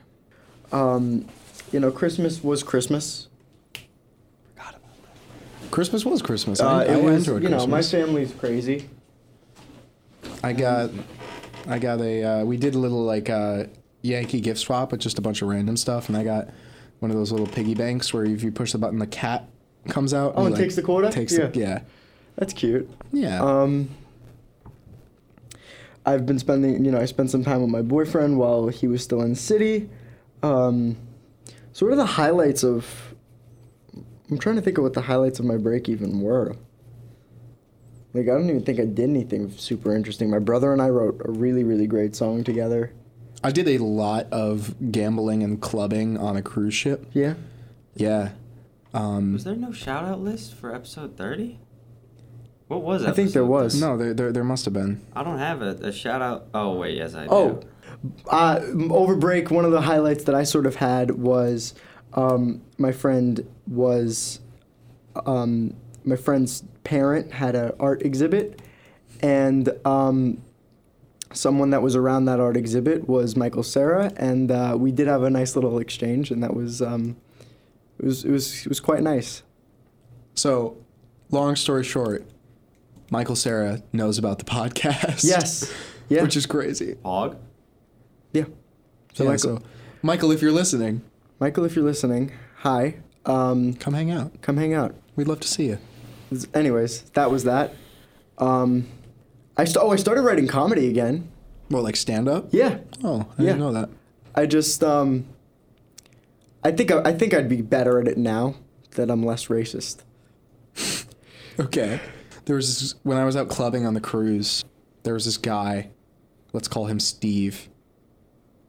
Speaker 1: Um, you know, Christmas was Christmas.
Speaker 3: Christmas was Christmas.
Speaker 1: Uh,
Speaker 3: I,
Speaker 1: it
Speaker 3: I
Speaker 1: was,
Speaker 3: enjoyed
Speaker 1: you know, my
Speaker 3: Christmas.
Speaker 1: family's crazy.
Speaker 3: I got, I got a. Uh, we did a little like uh, Yankee gift swap with just a bunch of random stuff, and I got one of those little piggy banks where if you push the button, the cat comes out.
Speaker 1: Oh,
Speaker 3: you,
Speaker 1: and takes the quarter?
Speaker 3: Takes
Speaker 1: Yeah.
Speaker 3: the yeah.
Speaker 1: That's cute.
Speaker 3: Yeah.
Speaker 1: Um, I've been spending, you know, I spent some time with my boyfriend while he was still in the city. Um, so what are the highlights of? I'm trying to think of what the highlights of my break even were. Like I don't even think I did anything super interesting. My brother and I wrote a really really great song together.
Speaker 3: I did a lot of gambling and clubbing on a cruise ship.
Speaker 1: Yeah.
Speaker 3: Yeah. Um,
Speaker 2: Was there no shout out list for episode 30? What was
Speaker 1: I think there
Speaker 2: episode
Speaker 1: was.
Speaker 3: no, there, there, there must have been.
Speaker 2: 30? I don't have a, a shout out. Oh, wait, yes, I do.
Speaker 1: Oh, uh, m- over break, one of the highlights that I sort of had was um, my friend was um, my friend's parent had an art exhibit, and um, someone that was around that art exhibit was Michael Sarah, and uh, we did have a nice little exchange, and that was um, it was it was it was quite nice.
Speaker 3: So, long story short, Michael Sarah knows about the podcast.
Speaker 1: Yes, yeah,
Speaker 3: Which is crazy.
Speaker 2: Pog?
Speaker 1: yeah. So
Speaker 3: So, yeah,
Speaker 1: Michael,
Speaker 3: so, Michael, if you're listening,
Speaker 1: Michael, if you're listening, hi, um,
Speaker 3: come hang out.
Speaker 1: come hang out.
Speaker 3: We'd love to see you.
Speaker 1: Anyways, that was that. Um, I st- oh, I started writing comedy again.
Speaker 3: Well, like stand up?
Speaker 1: Yeah,
Speaker 3: Oh, I
Speaker 1: Yeah.
Speaker 3: didn't know that.
Speaker 1: I just um, I think I, I think I'd be better at it now that I'm less racist.
Speaker 3: Okay. There was this, when I was out clubbing on the cruise, there was this guy. Let's call him Steve.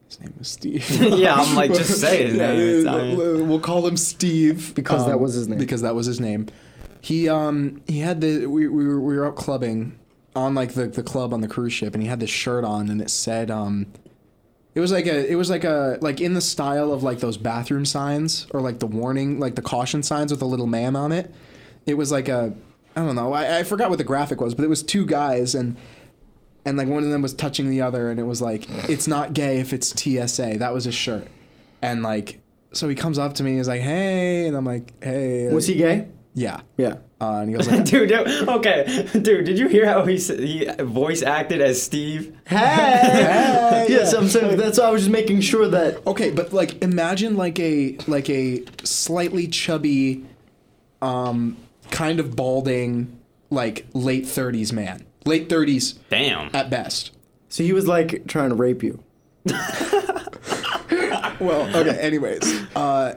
Speaker 3: His name was Steve.
Speaker 2: yeah, I'm like, just say his
Speaker 3: Yeah,
Speaker 2: name. It's- I mean-
Speaker 3: we'll we'll call him Steve Um,
Speaker 1: Because that was his name.
Speaker 3: Because that was his name. He um he had the we we were, we were out clubbing on like the the club on the cruise ship, and he had this shirt on, and it said um. It was like a, it was like a, like in the style of like those bathroom signs or like the warning, like the caution signs with a little man on it. It was like a, I don't know, I, I forgot what the graphic was, but it was two guys and and like one of them was touching the other and it was like it's not gay if it's TSA. That was his shirt. And like so he comes up to me and he's like, "Hey." And I'm like, "Hey."
Speaker 1: Was he gay?
Speaker 3: Yeah.
Speaker 1: Yeah.
Speaker 3: Uh, and he goes like,
Speaker 2: Dude, dude, okay, dude, did you hear how he s- he voice acted as Steve?
Speaker 1: Hey. yes, I'm saying that's. why I was just making sure that.
Speaker 3: "Okay, but like imagine like a like a slightly chubby um kind of balding like late 30s man. Late 30s
Speaker 2: Damn.
Speaker 1: Uh,
Speaker 3: at best."
Speaker 1: So he was like trying to rape you.
Speaker 3: Well, okay. Anyways, uh,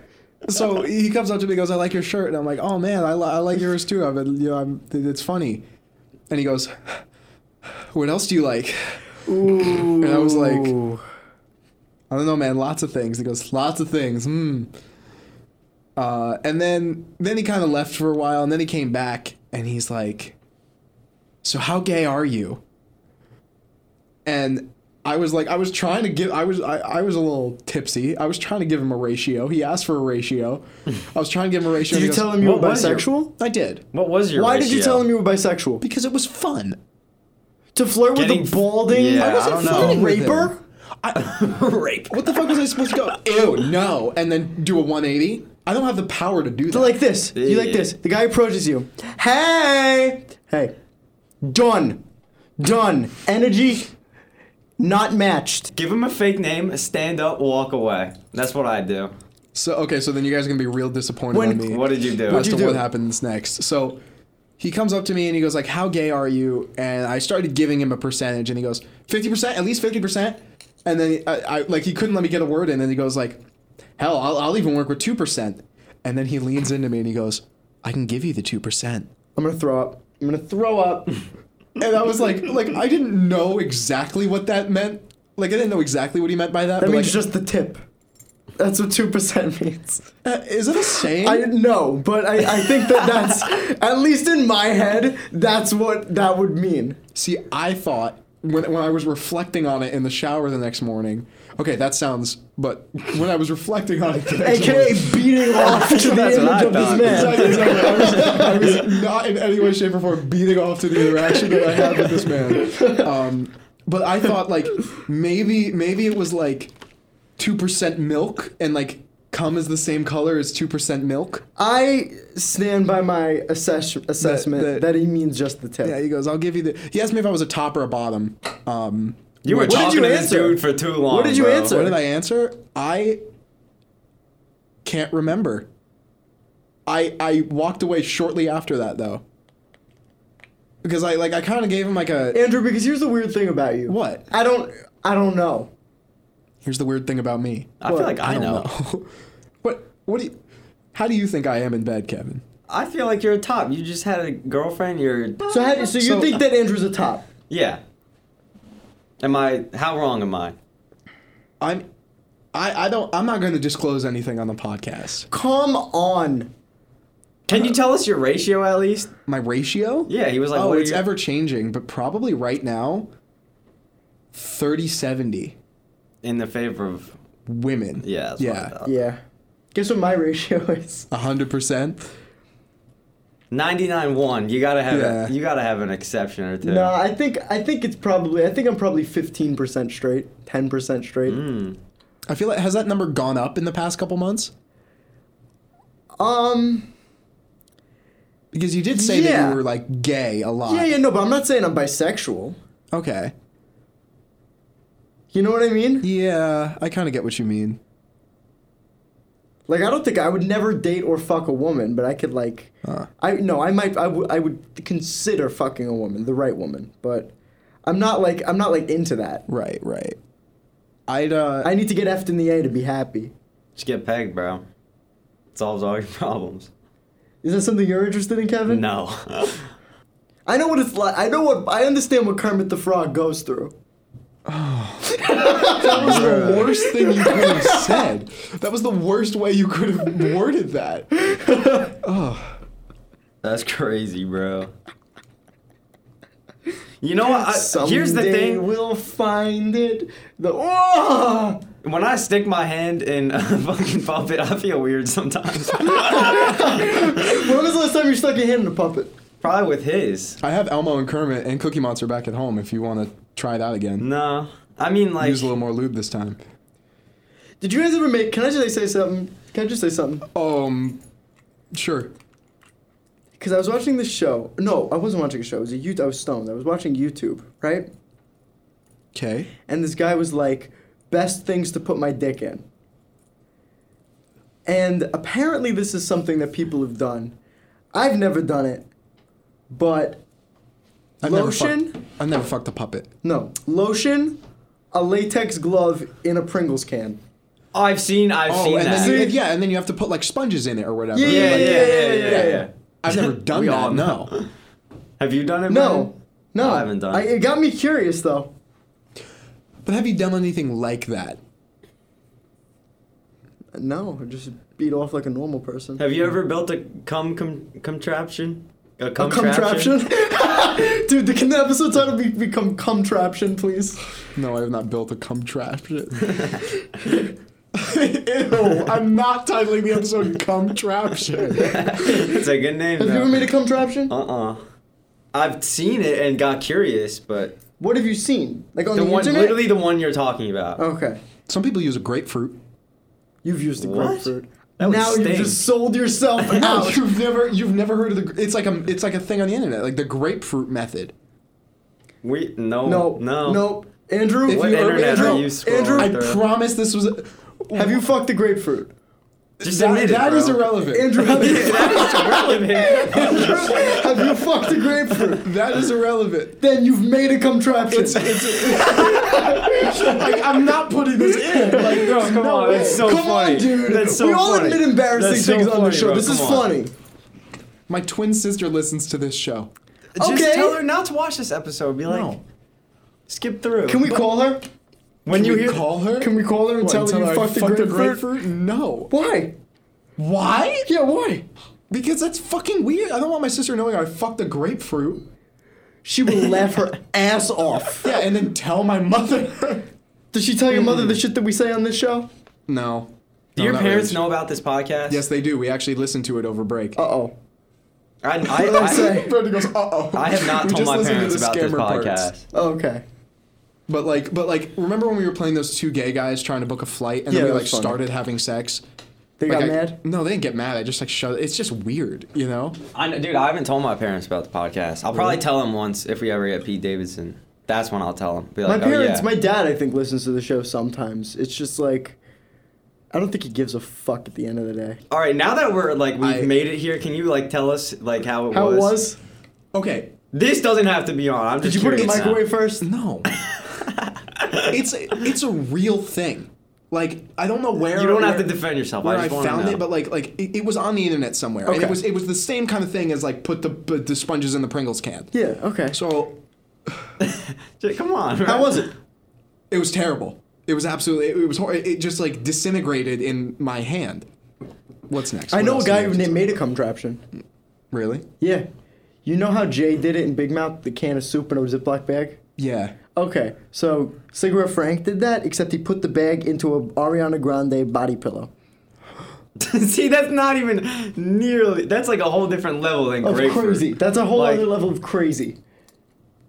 Speaker 3: so he comes up to me, and goes, "I like your shirt," and I'm like, "Oh man, I, li- I like yours too. I've been, you know, I'm, it's funny." And he goes, "What else do you like?"
Speaker 1: Ooh.
Speaker 3: And I was like, "I don't know, man. Lots of things." He goes, "Lots of things." Hmm. Uh, and then then he kind of left for a while, and then he came back, and he's like, "So how gay are you?" And I was like, I was trying to give, I was, I, I was a little tipsy. I was trying to give him a ratio. He asked for a ratio. I was trying to give him a ratio.
Speaker 1: Did
Speaker 3: and
Speaker 1: you
Speaker 3: he goes,
Speaker 1: tell him you were
Speaker 2: "What was your-
Speaker 1: bisexual?
Speaker 3: I did
Speaker 2: What was your
Speaker 1: Why did you
Speaker 2: ratio?
Speaker 1: tell him you were bisexual?
Speaker 3: because it was fun.
Speaker 1: To flirt
Speaker 2: Getting-
Speaker 1: with a balding,
Speaker 2: Yeah,
Speaker 1: I wasn't
Speaker 2: I don't know.
Speaker 1: flirting with
Speaker 3: With
Speaker 1: raper.
Speaker 3: him. I, rape. What the fuck was I supposed to go? Ew, no. And then do a 180? I don't have the power to do that.
Speaker 1: Like this. You like
Speaker 2: Yeah.
Speaker 1: this. The guy approaches you. Hey! Hey. Done. Done. Energy not matched.
Speaker 2: Give him a fake name, stand up, walk away. That's what I do.
Speaker 3: So okay, so then you guys are gonna be real disappointed
Speaker 1: When-
Speaker 3: in me.
Speaker 2: What did you do?
Speaker 3: As
Speaker 1: you
Speaker 3: to
Speaker 1: do?
Speaker 3: what happens next. So he comes up to me and he goes like, "How gay are you?" And I started giving him a percentage, and he goes, 50 percent, at least fifty percent." And then I, I like he couldn't let me get a word in, and he goes like, "Hell, I'll, I'll even work with two percent." And then he leans into me and he goes, "I can give you the two percent."
Speaker 1: I'm gonna throw up. I'm gonna throw up.
Speaker 3: And I was like, like I didn't know exactly what that meant. Like I didn't know exactly what he meant by that.
Speaker 1: That
Speaker 3: but,
Speaker 1: means
Speaker 3: like,
Speaker 1: just the tip. That's what 2% means.
Speaker 3: uh, is it a saying?
Speaker 1: I didn't know, but I, I think that that's, at least in my head, that's what that would mean.
Speaker 3: See, I thought when, when I was reflecting on it in the shower the next morning, okay, that sounds, but when I was reflecting on it the next
Speaker 1: AKA
Speaker 3: morning,
Speaker 1: beating off to the
Speaker 2: That's
Speaker 1: image
Speaker 2: what I
Speaker 1: of this
Speaker 2: thought.
Speaker 1: man.
Speaker 3: Exactly, exactly. I, was, I was not in any way, shape, or form beating off to the interaction that I had with this man. Um, but I thought, like, maybe maybe it was like 2% milk and like cum is the same color as 2% milk.
Speaker 1: I stand by my assess- assessment
Speaker 3: that-
Speaker 1: that, he means just the tip.
Speaker 3: Yeah, he goes, I'll give you the. He asked me if I was a top or a bottom. Um,
Speaker 2: You were
Speaker 1: What did
Speaker 2: talking
Speaker 1: you
Speaker 2: to this
Speaker 1: answer?
Speaker 2: dude for too long.
Speaker 1: did you
Speaker 2: bro.
Speaker 1: answer?
Speaker 3: What did I answer? I can't remember. I I walked away shortly after that though. because I like I kind of gave him like a
Speaker 1: Andrew, because here's the weird thing about you.
Speaker 3: what?
Speaker 1: I don't. I don't know.
Speaker 3: Here's the weird thing about me.
Speaker 2: I feel like I,
Speaker 3: don't
Speaker 2: know.
Speaker 3: what? What do you? How do you think I am in bed, Kevin?
Speaker 2: I feel like you're a top. You just had a girlfriend. You're
Speaker 1: So how, so you
Speaker 3: So- uh,
Speaker 1: think that Andrew's a top?
Speaker 2: yeah. Am I? How wrong am I?
Speaker 3: I'm. I, I don't. I'm not going to disclose anything on the podcast.
Speaker 1: Come on.
Speaker 2: Can you tell us your ratio at least?
Speaker 3: My ratio?
Speaker 2: Yeah, he was like,
Speaker 3: oh,
Speaker 2: what are
Speaker 3: it's
Speaker 2: your-
Speaker 3: ever changing, but probably right now, 30 70
Speaker 2: In the favor of
Speaker 3: women.
Speaker 2: yeah. That's what I
Speaker 3: Yeah.
Speaker 2: thought.
Speaker 1: Yeah. Guess what my ratio is?
Speaker 3: 100%.
Speaker 2: 99 1 you gotta have
Speaker 3: Yeah.
Speaker 2: you gotta have an exception or two
Speaker 1: No, I think I think it's probably I think I'm probably 15% straight, 10% straight.
Speaker 3: Mm.
Speaker 2: Hmm.
Speaker 3: I feel like, has that number gone up in the past couple months?
Speaker 1: Um.
Speaker 3: Because you did say that
Speaker 1: Yeah.
Speaker 3: you were like gay a lot.
Speaker 1: Yeah, yeah, no, but I'm not saying I'm bisexual.
Speaker 3: Okay.
Speaker 1: You know what I mean?
Speaker 3: Yeah, I kind of get what you mean.
Speaker 1: Like I don't think I would never date or fuck a woman, but I could like
Speaker 3: Huh.
Speaker 1: I no, I might I would I would consider fucking a woman, the right woman, but I'm not like I'm not like into that.
Speaker 3: Right, right. I'd, uh,
Speaker 1: I need to get effed in the A to be happy.
Speaker 2: just get pegged bro solves all your problems
Speaker 1: Is that something you're interested in, Kevin?
Speaker 2: no
Speaker 1: I know what it's like. I know what I understand what Kermit the Frog goes through.
Speaker 3: that was the worst thing you could have said. That was the worst way you could have worded that.
Speaker 2: that's crazy bro you know what I, here's the
Speaker 1: Someday
Speaker 2: thing
Speaker 1: We'll find it. The oh!
Speaker 2: when i stick my hand in a fucking puppet i feel weird sometimes
Speaker 1: When was the last time you stuck your hand in a puppet?
Speaker 2: probably with his
Speaker 3: I have Elmo and Kermit and Cookie Monster back at home if you want to try that again.
Speaker 2: no i mean like
Speaker 3: Use a little more lube this time.
Speaker 1: Did you guys ever make? Can I just say something? Can I just say something?
Speaker 3: Um, sure.
Speaker 1: Because I was watching this show. No, I wasn't watching a show. It was a YouTube. I was stoned. I was watching YouTube, right?
Speaker 3: Okay.
Speaker 1: And this guy was like, "Best things to put my dick in." And apparently, this is something that people have done. I've never done it, but
Speaker 3: Never
Speaker 1: lotion.
Speaker 3: fucked, I've never fucked a puppet.
Speaker 1: No. Lotion, a latex glove in a Pringles can.
Speaker 2: i've seen i've
Speaker 3: Oh,
Speaker 2: seen
Speaker 3: and
Speaker 2: that
Speaker 3: then you, yeah, and then you have to put like sponges in it or whatever.
Speaker 1: Yeah,
Speaker 2: yeah yeah
Speaker 3: Like,
Speaker 2: yeah yeah,
Speaker 1: yeah,
Speaker 2: yeah,
Speaker 1: yeah.
Speaker 3: I've never done
Speaker 2: We all
Speaker 3: that. No.
Speaker 2: have you done it
Speaker 1: No.
Speaker 2: Brandon?
Speaker 1: No.
Speaker 2: I haven't done
Speaker 1: I,
Speaker 2: it.
Speaker 1: it got me curious though.
Speaker 3: But have you done anything like that?
Speaker 1: No, just beat off like a normal person.
Speaker 2: Have you ever built a cum com- contraption? A cum
Speaker 1: Cumtraption? Dude, the- can the episode title be, become Cumtraption, please?
Speaker 3: No, I have not built a cum trap. Ew, I'm not titling the episode cum trap shit.
Speaker 2: it's a good name.
Speaker 1: Have you
Speaker 2: though.
Speaker 1: ever made a Cumtraption?
Speaker 2: uh uh-uh. uh. i have seen it and got curious, but
Speaker 1: What have you seen? Like on
Speaker 2: the
Speaker 1: the,
Speaker 2: one,
Speaker 1: internet? Oh.
Speaker 2: literally the one you're talking about.
Speaker 1: Okay.
Speaker 3: Some people use a grapefruit.
Speaker 1: You've used a
Speaker 2: What?
Speaker 1: grapefruit.
Speaker 2: That would
Speaker 1: now you
Speaker 2: stink.
Speaker 1: just sold yourself
Speaker 3: No,
Speaker 1: out.
Speaker 3: you've never you've never heard of the gr- it's like a it's like a thing on the internet, like the grapefruit method.
Speaker 2: We no
Speaker 1: no.
Speaker 2: no
Speaker 1: No. Andrew,
Speaker 3: If
Speaker 2: What
Speaker 3: you-
Speaker 2: internet
Speaker 1: Andrew,
Speaker 2: are you scrolling
Speaker 1: Andrew,
Speaker 3: I
Speaker 2: through?
Speaker 3: promise this was a,
Speaker 1: have you fucked a grapefruit?
Speaker 2: Just
Speaker 3: that,
Speaker 2: admit it,
Speaker 3: that
Speaker 2: bro.
Speaker 3: is irrelevant.
Speaker 1: Andrew, have you,
Speaker 2: That is irrelevant.
Speaker 1: have you fucked a grapefruit?
Speaker 3: that is irrelevant.
Speaker 1: Then you've made a contraption.
Speaker 3: Like, I'm not putting this in. Like, no,
Speaker 2: Come
Speaker 3: no
Speaker 2: on,
Speaker 3: way.
Speaker 2: that's oh, so
Speaker 1: Come
Speaker 2: funny.
Speaker 1: on, dude.
Speaker 2: That's so
Speaker 1: we all
Speaker 2: funny.
Speaker 1: admit embarrassing
Speaker 2: That's so
Speaker 1: things on the
Speaker 2: funny,
Speaker 1: show.
Speaker 2: bro.
Speaker 1: This is
Speaker 2: Come on.
Speaker 1: funny.
Speaker 3: My twin sister listens to this show.
Speaker 2: Just
Speaker 1: Okay.
Speaker 2: tell her not to watch this episode. Be like,
Speaker 3: No.
Speaker 2: skip through.
Speaker 1: Can we call her?
Speaker 2: When
Speaker 3: Can
Speaker 2: you
Speaker 3: we
Speaker 2: hear
Speaker 3: call her?
Speaker 1: Can we call her and
Speaker 3: What,
Speaker 1: tell her
Speaker 3: tell
Speaker 1: you
Speaker 3: her I
Speaker 1: fucked,
Speaker 3: fucked
Speaker 1: a grapefruit?
Speaker 3: No.
Speaker 1: Why?
Speaker 3: Why?
Speaker 1: Yeah, why?
Speaker 3: Because that's fucking weird. I don't want my sister knowing I fucked a grapefruit.
Speaker 1: She will laugh her ass off.
Speaker 3: Yeah, and then tell my mother.
Speaker 1: Does she tell your mother
Speaker 2: Mm-hmm.
Speaker 1: the shit that we say on this show?
Speaker 3: no.
Speaker 2: do your parents know about this podcast?
Speaker 3: Yes, they do. We actually listened to it over break.
Speaker 1: Uh oh.
Speaker 2: I, I,
Speaker 1: did I
Speaker 2: I-
Speaker 1: say?
Speaker 3: Brendan goes, uh-oh.
Speaker 2: I have not
Speaker 3: We
Speaker 2: told
Speaker 3: just
Speaker 2: my
Speaker 3: listened to
Speaker 2: parents
Speaker 3: the
Speaker 2: about this
Speaker 3: scammer
Speaker 2: podcast.
Speaker 3: parts.
Speaker 1: Oh, Okay.
Speaker 3: But like, but like, remember when we were playing those two gay guys trying to book a flight, and
Speaker 1: Yeah,
Speaker 3: then we
Speaker 1: that
Speaker 3: like
Speaker 1: was funny.
Speaker 3: started having sex.
Speaker 1: They
Speaker 3: Like,
Speaker 1: got
Speaker 3: I-
Speaker 1: mad?
Speaker 3: No, they didn't get mad. I just like shut. It's just weird, you know.
Speaker 2: I know, dude, I haven't told my parents about the podcast. I'll probably tell them once if we ever get Pete Davidson. That's when I'll tell them. Be
Speaker 1: My
Speaker 2: like,
Speaker 1: parents,
Speaker 2: oh, yeah.
Speaker 1: my dad, I think, listens to the show sometimes. It's just like, I don't think he gives a fuck at the end of the day.
Speaker 2: All right, now that we're like we've
Speaker 3: I-
Speaker 2: made it here, can you like tell us like how it
Speaker 1: How
Speaker 2: was?
Speaker 1: it was?
Speaker 3: Okay,
Speaker 2: This doesn't have to be on. I'm
Speaker 1: Did
Speaker 2: just
Speaker 1: you put it in the
Speaker 2: curious now.
Speaker 1: microwave first?
Speaker 3: No. it's it's a real thing. Like I don't know where
Speaker 2: You don't have to
Speaker 3: where-
Speaker 2: defend yourself.
Speaker 3: Where
Speaker 2: I
Speaker 3: I,
Speaker 2: just want
Speaker 3: found
Speaker 2: to know.
Speaker 3: it, but like like it, it was on the internet somewhere. And it
Speaker 1: Okay.
Speaker 3: was it was the same kind of thing as like put the put the sponges in the Pringles can.
Speaker 1: Yeah, okay.
Speaker 3: So
Speaker 2: J- come on.
Speaker 1: How was it?
Speaker 3: it was terrible. It was absolutely it, was hor- it just like disintegrated in my hand. What's next?
Speaker 1: I
Speaker 3: What
Speaker 1: know a
Speaker 3: else
Speaker 1: guy
Speaker 3: do
Speaker 1: who
Speaker 3: you have
Speaker 1: na-
Speaker 3: to-
Speaker 1: made a contraption.
Speaker 3: Really?
Speaker 1: Yeah. You know how Jay did it in Big Mouth, the can of soup in a Ziploc bag?
Speaker 3: Yeah.
Speaker 1: Okay, so Cigarette Frank did that, except he put the bag into a Ariana Grande body pillow.
Speaker 2: See, that's not even nearly. That's like a whole different level than
Speaker 1: Of
Speaker 2: grapefruit.
Speaker 1: crazy. That's a whole
Speaker 2: Like-
Speaker 1: other level of crazy.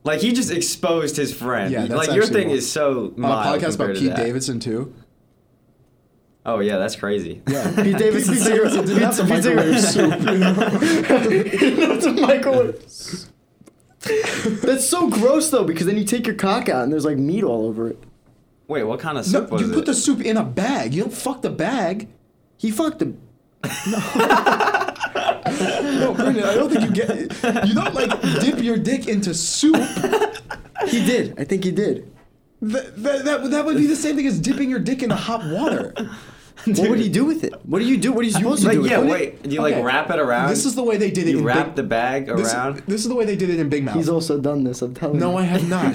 Speaker 2: Like he just exposed his friend.
Speaker 3: Yeah, that's
Speaker 2: like your
Speaker 3: actually
Speaker 2: thing
Speaker 3: wild.
Speaker 2: is so
Speaker 3: On a
Speaker 2: mild
Speaker 3: podcast
Speaker 2: compared
Speaker 3: about
Speaker 2: to
Speaker 3: Pete
Speaker 2: that.
Speaker 3: Davidson too.
Speaker 2: Oh yeah, that's crazy.
Speaker 3: Yeah.
Speaker 1: Pete Davidson
Speaker 3: Pete Davidson did not the microwave soup.
Speaker 1: That's a microwave. That's so gross though, because then you take your cock out and there's like meat all over it.
Speaker 2: Wait, what kind of
Speaker 3: No,
Speaker 2: soup was
Speaker 3: you
Speaker 2: it?
Speaker 3: put the soup in a bag. You don't fuck the bag.
Speaker 1: He fucked him.
Speaker 3: No, Brendan, I don't think you get it. You don't like dip your dick into soup.
Speaker 1: He did. I think he did.
Speaker 3: That, that, that, that would be the same thing as dipping your dick into hot water.
Speaker 1: What would he do with it? What do you do? What are you supposed
Speaker 2: like,
Speaker 1: to do?
Speaker 2: yeah,
Speaker 1: with it?
Speaker 2: wait. Do you like
Speaker 3: Okay.
Speaker 2: wrap it around?
Speaker 3: This is the way they did it.
Speaker 2: you
Speaker 3: in
Speaker 2: wrap
Speaker 3: Big-
Speaker 2: the bag
Speaker 3: this,
Speaker 2: around.
Speaker 3: This is the way they did it in Big Mouth.
Speaker 1: He's also done this. I'm telling you.
Speaker 3: no, I have not.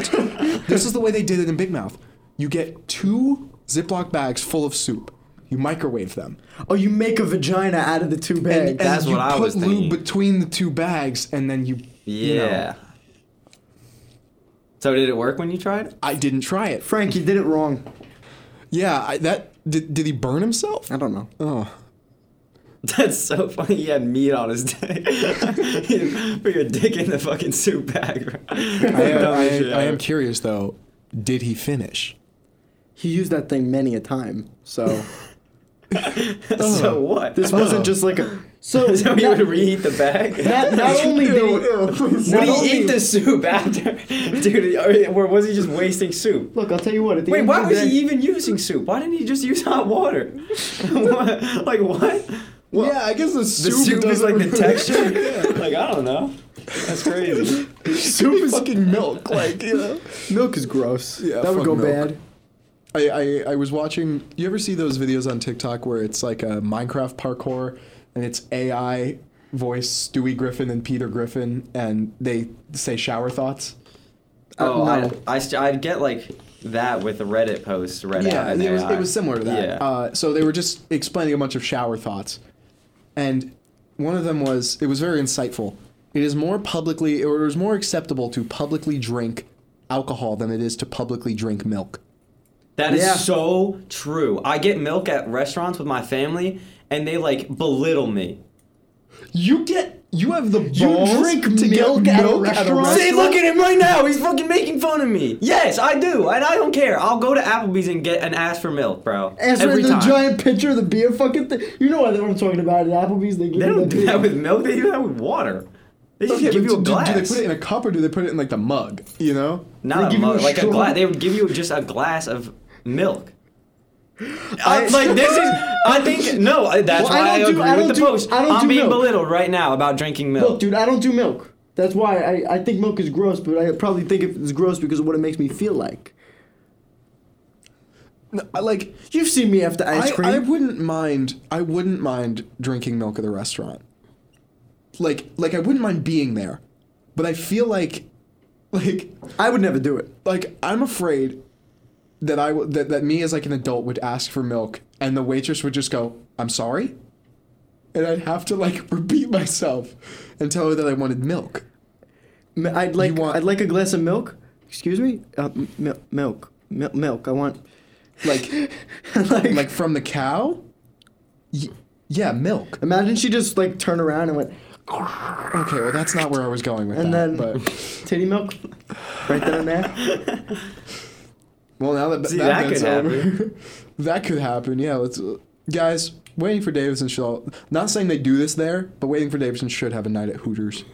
Speaker 3: this is the way they did it in Big Mouth. You get two Ziploc bags full of soup. You microwave them.
Speaker 1: Oh, you make a vagina out of the two bags.
Speaker 3: and
Speaker 2: that's
Speaker 3: you
Speaker 2: what I
Speaker 3: put
Speaker 2: was
Speaker 3: lube
Speaker 2: thinking.
Speaker 3: between the two bags, and then you.
Speaker 2: yeah.
Speaker 3: you know.
Speaker 2: So did it work when you tried? it?
Speaker 3: I didn't try it.
Speaker 1: Frank, you did it wrong.
Speaker 3: Yeah, I, that did, did he burn himself?
Speaker 1: I don't know.
Speaker 3: Oh.
Speaker 2: That's so funny. He had meat on his dick. He Put your dick in the fucking soup bag.
Speaker 3: I am, I,
Speaker 2: Dumbest shit
Speaker 3: am, I am
Speaker 2: ever.
Speaker 3: curious though. Did he finish?
Speaker 1: He used that thing many a time. So
Speaker 2: so what?
Speaker 1: Uh-huh. this wasn't just like a. Oh. So,
Speaker 2: so he
Speaker 1: not,
Speaker 2: would reheat the bag.
Speaker 1: not, not only did he,
Speaker 2: Would
Speaker 1: not
Speaker 2: he
Speaker 1: only-
Speaker 2: eat the soup after? Dude, or- or was he just wasting soup?
Speaker 1: Look, I'll tell you what. At the
Speaker 2: Wait,
Speaker 1: end
Speaker 2: why
Speaker 1: of the
Speaker 2: was
Speaker 1: day-
Speaker 2: he even using soup? Why didn't he just use hot water? What- like what?
Speaker 3: yeah, I guess the
Speaker 2: The
Speaker 3: soup,
Speaker 2: soup, is
Speaker 3: doesn't
Speaker 2: like the
Speaker 3: really-
Speaker 2: texture. Like I don't know. That's crazy.
Speaker 3: soup is fucking milk. Like you know.
Speaker 1: Milk is gross.
Speaker 3: Yeah,
Speaker 1: that would
Speaker 3: fuck
Speaker 1: go
Speaker 3: milk.
Speaker 1: bad.
Speaker 3: I, I I was watching. You ever see those videos on TikTok where it's like a Minecraft parkour and it's AI voice Stewie Griffin and Peter Griffin and they say shower thoughts.
Speaker 2: Oh,
Speaker 3: Uh,
Speaker 2: I,
Speaker 1: no.
Speaker 2: I st- I'd get like that with the Reddit post. Reddit.
Speaker 3: Yeah,
Speaker 2: and
Speaker 3: it was,
Speaker 2: AI.
Speaker 3: it was similar to that.
Speaker 2: Yeah.
Speaker 3: Uh, so they were just explaining a bunch of shower thoughts. And one of them was, it was very insightful. It is more publicly, or it is more acceptable to publicly drink alcohol than it is to publicly drink milk.
Speaker 2: That is
Speaker 1: Yeah.
Speaker 2: so true. I get milk at restaurants with my family, and they like belittle me.
Speaker 3: You get, you have the balls
Speaker 1: drink
Speaker 3: to
Speaker 1: milk
Speaker 3: get
Speaker 1: at a
Speaker 3: milk at a
Speaker 1: restaurant?
Speaker 2: See,
Speaker 3: restaurant?
Speaker 2: look at him right now. He's fucking making fun of me. Yes, I do, and I don't care. I'll go to Applebee's and get an ass for milk, bro.
Speaker 1: As for
Speaker 2: Every
Speaker 1: the
Speaker 2: time.
Speaker 1: giant pitcher of the beer fucking thing. You know what I'm talking about. At Applebee's, they give
Speaker 2: They
Speaker 1: you
Speaker 2: don't
Speaker 1: that
Speaker 2: do
Speaker 1: beer.
Speaker 2: that with milk. They do that with water. They just
Speaker 3: Okay,
Speaker 2: give
Speaker 3: but
Speaker 2: you a
Speaker 3: do- do,
Speaker 2: glass.
Speaker 3: do they put it in a cup or do they put it in like the mug? You know?
Speaker 2: Not
Speaker 1: they
Speaker 2: a
Speaker 1: give you
Speaker 2: mug,
Speaker 1: a
Speaker 2: like a
Speaker 1: straw?
Speaker 2: glass. They would give you just a glass of milk. I, like this is, I think no. I- That's
Speaker 1: Well, I
Speaker 2: why I,
Speaker 1: don't do-
Speaker 2: agree
Speaker 1: I
Speaker 2: with
Speaker 1: don't
Speaker 2: the
Speaker 1: do-
Speaker 2: post.
Speaker 1: I don't
Speaker 2: am
Speaker 1: do
Speaker 2: being
Speaker 1: milk.
Speaker 2: belittled right now about drinking milk.
Speaker 1: Look, dude, I don't do milk. That's why I, I think milk is gross, but I probably think it's gross because of what it makes me feel like.
Speaker 3: No, I like,
Speaker 1: You've seen me after ice
Speaker 3: I,
Speaker 1: cream.
Speaker 3: I wouldn't mind. I wouldn't mind drinking milk at the restaurant. Like, like I wouldn't mind being there, but I feel like, like,
Speaker 1: I would never do it.
Speaker 3: like I'm afraid that I w- that that me as like an adult would ask for milk, and the waitress would just go, "I'm sorry," and I'd have to like repeat myself and tell her that I wanted milk.
Speaker 1: M- I'd like
Speaker 3: want-
Speaker 1: I'd like a glass of milk. Excuse me? Uh, m- mil- milk. Mil- milk. I want
Speaker 3: Like,
Speaker 1: like,
Speaker 3: like from the cow. Y- yeah, milk.
Speaker 1: imagine she just like turned around and went
Speaker 3: Okay, well that's not where I was going with
Speaker 1: and
Speaker 3: that.
Speaker 1: then
Speaker 3: but
Speaker 1: titty milk right then and there.
Speaker 3: Well, now that
Speaker 2: See, that
Speaker 3: bit's
Speaker 2: could
Speaker 3: over, that could happen. Yeah, let's uh, guys waiting for Davidson should. All, not saying they do this there, but waiting for Davidson should have a night at Hooters.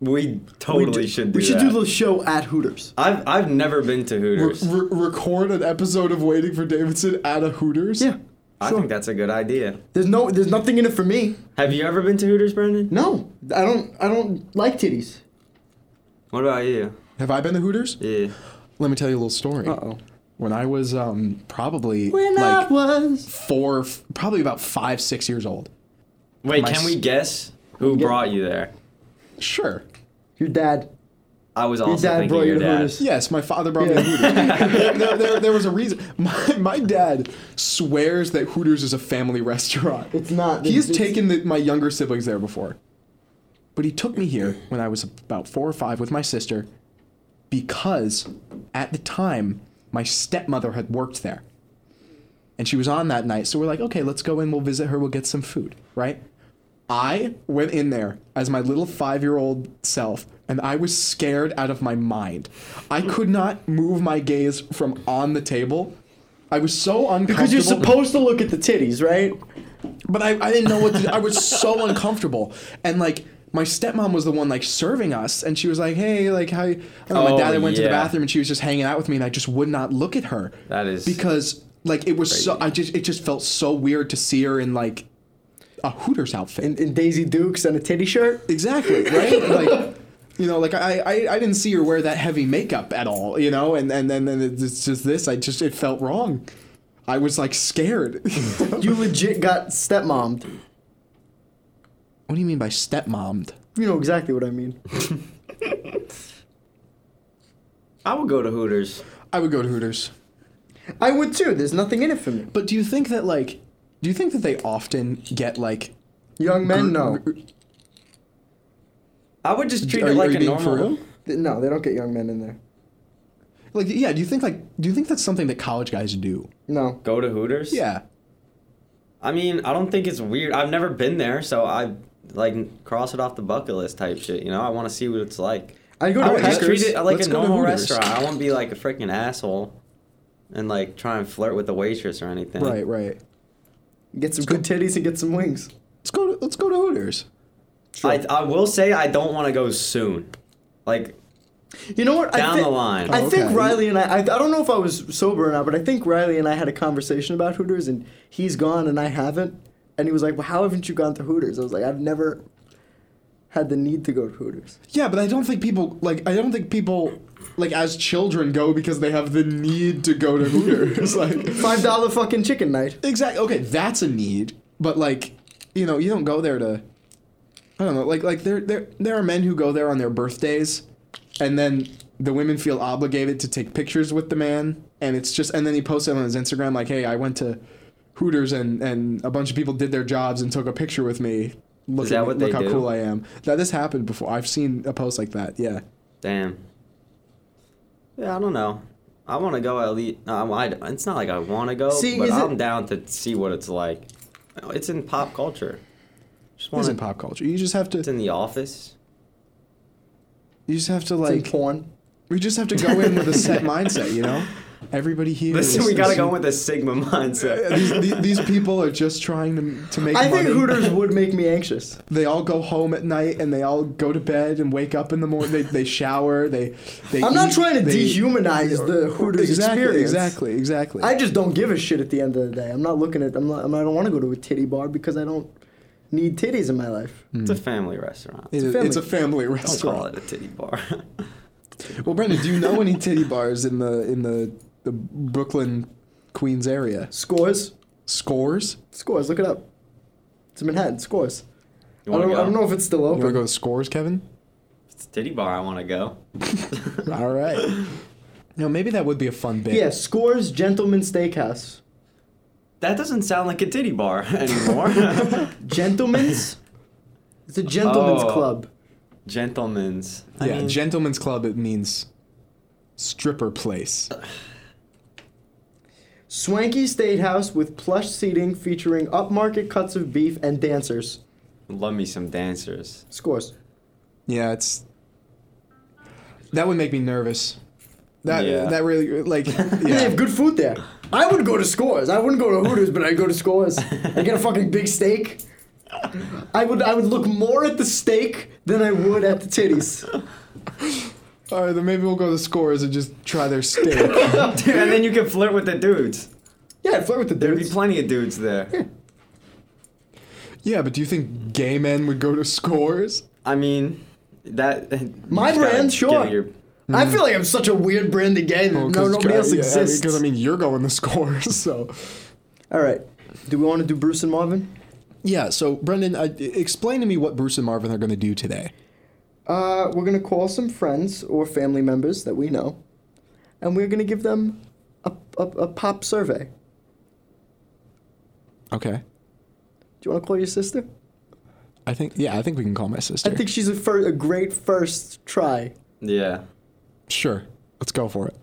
Speaker 2: we totally
Speaker 1: d-
Speaker 2: should. Do
Speaker 1: we should
Speaker 2: that.
Speaker 1: do a little show at Hooters.
Speaker 2: I've I've never been to
Speaker 3: Re-
Speaker 2: Hooters.
Speaker 3: re- record an episode of Waiting for Davidson at a Hooters.
Speaker 1: Yeah.
Speaker 2: I think that's a good idea.
Speaker 1: There's no there's nothing in it for me.
Speaker 2: Have you ever been to Hooters, Brendan?
Speaker 1: No. I don't I don't like titties.
Speaker 2: What about you?
Speaker 3: Have I been to Hooters?
Speaker 2: Yeah.
Speaker 3: Let me tell you a little story.
Speaker 1: Uh-oh.
Speaker 3: When I was um, probably
Speaker 1: When I
Speaker 3: like
Speaker 1: was
Speaker 3: four, f- probably about five, six years old.
Speaker 2: Wait,
Speaker 3: My
Speaker 2: can we
Speaker 3: s-
Speaker 2: guess who brought you there?
Speaker 3: Sure.
Speaker 1: your dad.
Speaker 2: I was also
Speaker 1: dad
Speaker 2: thinking
Speaker 1: brought
Speaker 2: your
Speaker 1: you to
Speaker 2: dad.
Speaker 1: Hooters.
Speaker 3: Yes, my father brought
Speaker 1: Yeah.
Speaker 3: me to Hooters. there, there- there- there was a reason. My, my dad swears that Hooters is a family restaurant.
Speaker 1: It's not.
Speaker 3: He has
Speaker 1: It's-
Speaker 3: taken the, my younger siblings there before. But he took me here when I was about four or five with my sister because at the time my stepmother had worked there. And she was on that night. So we're like, okay, let's go in. We'll visit her. We'll get some food, right? I went in there as my little five year old self, and I was scared out of my mind. I could not move my gaze from on the table. I was so uncomfortable.
Speaker 1: Because you're supposed to look at the titties, right?
Speaker 3: But I, I didn't know what to do. I was so uncomfortable. And like my stepmom was the one like serving us and she was like, Hey, like how you I don't know, my
Speaker 2: Oh,
Speaker 3: dad had went to the
Speaker 2: yeah.
Speaker 3: bathroom and she was just hanging out with me and I just would not look at her.
Speaker 2: That is-
Speaker 3: because like it was so I just it just felt so weird to see her in like a Hooters outfit.
Speaker 1: In, in Daisy Dukes and a titty shirt.
Speaker 3: Exactly, right? like, you know, like I, I, I didn't see her wear that heavy makeup at all, you know, and and then and, it's just this. I just it felt wrong. I was like scared. what
Speaker 1: You legit got stepmommed.
Speaker 3: do you mean by stepmommed?
Speaker 1: You know exactly what I mean.
Speaker 2: I would go to Hooters.
Speaker 3: I would go to Hooters.
Speaker 1: I would too. There's nothing in it for me.
Speaker 3: But do you think that like, do you think that they often get like?
Speaker 1: Young men, no.
Speaker 2: I would just treat
Speaker 3: Are
Speaker 2: it
Speaker 3: you-
Speaker 2: like
Speaker 3: are you
Speaker 2: a
Speaker 3: being for
Speaker 2: normal.
Speaker 3: real?
Speaker 1: Th- No, they don't get young men in there.
Speaker 3: Like, yeah. Do you think like, do you think that's something that college guys do?
Speaker 1: No.
Speaker 2: Go to Hooters?
Speaker 3: Yeah.
Speaker 2: I mean, I don't think it's weird. I've never been there, so I like cross it off the bucket list type shit. You know, I want to see what it's like.
Speaker 1: I'd go to
Speaker 2: I would just
Speaker 1: Packers.
Speaker 2: treat it like
Speaker 3: Let's
Speaker 2: a
Speaker 3: go to
Speaker 2: normal
Speaker 3: Hooters.
Speaker 2: restaurant. I won't be like a freaking asshole and like try and flirt with the waitress or anything.
Speaker 3: Right. Right.
Speaker 1: Get some good titties and get some wings.
Speaker 3: Let's go. To, let's go to Hooters.
Speaker 2: I, I will say I don't want to go soon. Like
Speaker 1: You know what?
Speaker 2: Down
Speaker 1: I thi-
Speaker 2: the line.
Speaker 1: I
Speaker 3: Oh,
Speaker 1: think
Speaker 3: okay.
Speaker 1: Riley and I, I. I don't know if I was sober or not, but I think Riley and I had a conversation about Hooters, and he's gone and I haven't. And he was like, "Well, how haven't you gone to Hooters?" I was like, "I've never had the need to go to Hooters."
Speaker 3: Yeah, but I don't think people like. I don't think people like as children go because they have the need to go to Hooters. like
Speaker 1: Five dollar fucking chicken night.
Speaker 3: Exactly. Okay, that's a need, but like, you know, you don't go there to. I don't know. Like, like there, there, there are men who go there on their birthdays, and then the women feel obligated to take pictures with the man, and it's just, and then he posts it on his Instagram like, "Hey, I went to Hooters, and and a bunch of people did their jobs and took a picture with me. Look
Speaker 2: Is
Speaker 3: at
Speaker 2: that
Speaker 3: me-
Speaker 2: what
Speaker 3: look
Speaker 2: they
Speaker 3: how
Speaker 2: do?
Speaker 3: cool I am." Now this happened before. I've seen a post like that. Yeah.
Speaker 2: damn. Yeah, I don't know. I want to go at least. No, I, I- it's not like I want to go,
Speaker 1: See,
Speaker 2: but
Speaker 1: is it-
Speaker 2: I'm down to see what it's like. It's in pop culture. Just
Speaker 3: It's in
Speaker 2: want to.
Speaker 3: pop culture. You just have
Speaker 2: It's
Speaker 3: to.
Speaker 2: in the office.
Speaker 3: You just have to
Speaker 1: Like
Speaker 3: like.
Speaker 1: porn.
Speaker 3: We just have to go in with a set mindset, you know. Everybody here.
Speaker 2: Listen,
Speaker 3: is-
Speaker 2: we gotta
Speaker 3: is-
Speaker 2: go with a Sigma mindset.
Speaker 3: these, these- these people are just trying to, to make
Speaker 1: I
Speaker 3: money.
Speaker 1: think Hooters would make me anxious.
Speaker 3: they all go home at night and they all go to bed and wake up in the morning. They, they shower. They, they
Speaker 1: I'm not
Speaker 3: eat,
Speaker 1: trying to
Speaker 3: they-
Speaker 1: dehumanize the Hooters
Speaker 3: exactly,
Speaker 1: experience.
Speaker 3: Exactly, exactly.
Speaker 1: I just don't give a shit at the end of the day. I'm not looking at. I'm not. I'm, I don't want to go to a titty bar because I don't need titties in my life.
Speaker 2: it's a family restaurant.
Speaker 3: it's, a
Speaker 1: family-
Speaker 3: family, Hmm. it's a family
Speaker 2: Don't call it
Speaker 3: restaurant.
Speaker 2: a titty bar.
Speaker 3: Well, Brendan, do you know any titty bars in the in the, the Brooklyn, Queens area?
Speaker 1: Scores.
Speaker 3: Scores?
Speaker 1: Scores. Look it up. It's in Manhattan. Scores. I
Speaker 2: You wanna
Speaker 1: don't,
Speaker 2: go?
Speaker 1: I don't know if it's still
Speaker 3: You want to
Speaker 1: open.
Speaker 3: go to Scores, Kevin?
Speaker 2: It's a titty bar. I want to go.
Speaker 3: All right. No, maybe that would be a fun bit.
Speaker 1: Yeah, Scores Gentleman Steakhouse.
Speaker 2: That doesn't sound like a titty bar anymore.
Speaker 1: Gentleman's? it's a gentleman's
Speaker 2: Oh.
Speaker 1: club.
Speaker 2: Gentlemen's. I
Speaker 3: Yeah,
Speaker 2: mean,
Speaker 3: gentleman's club. It means stripper place.
Speaker 1: Swanky Steakhouse with plush seating featuring upmarket cuts of beef and dancers.
Speaker 2: love me some dancers.
Speaker 1: Scores.
Speaker 3: Yeah, it's that would make me nervous. That
Speaker 2: Yeah.
Speaker 3: that really like
Speaker 1: Yeah. They have
Speaker 3: yeah.
Speaker 1: good food there. I would go to Scores. I wouldn't go to Hooters, but I'd go to Scores. I get a fucking big steak. I would I would look more at the steak than I would at the titties.
Speaker 3: All right, then maybe we'll go to Scores and just try their steak.
Speaker 2: Dude, and then you can flirt with the dudes.
Speaker 1: Yeah, I'd flirt with the
Speaker 2: There'd be
Speaker 1: dudes.
Speaker 2: plenty of dudes there.
Speaker 3: yeah, but do you think gay men would go to Scores?
Speaker 2: I mean, that you
Speaker 1: My
Speaker 2: just gotta
Speaker 1: brand,
Speaker 2: give
Speaker 1: sure.
Speaker 2: it your-
Speaker 1: I feel like I'm such a weird brand to gay that
Speaker 3: Oh,
Speaker 1: no, nobody else exists.
Speaker 5: Because I mean, you're going the score, so
Speaker 1: All right. Do we want to do Bruce and Marvin?
Speaker 5: yeah. So Brendan, uh, explain to me what Bruce and Marvin are going to do today.
Speaker 1: Uh, we're gonna call some friends or family members that we know, and we're gonna give them a, a, a pop survey. Do
Speaker 5: Okay.
Speaker 1: you want to call your sister?
Speaker 5: I think yeah, I think we can call my sister.
Speaker 1: I think she's a, fir- a great first try.
Speaker 2: Yeah.
Speaker 5: sure. Let's go for it.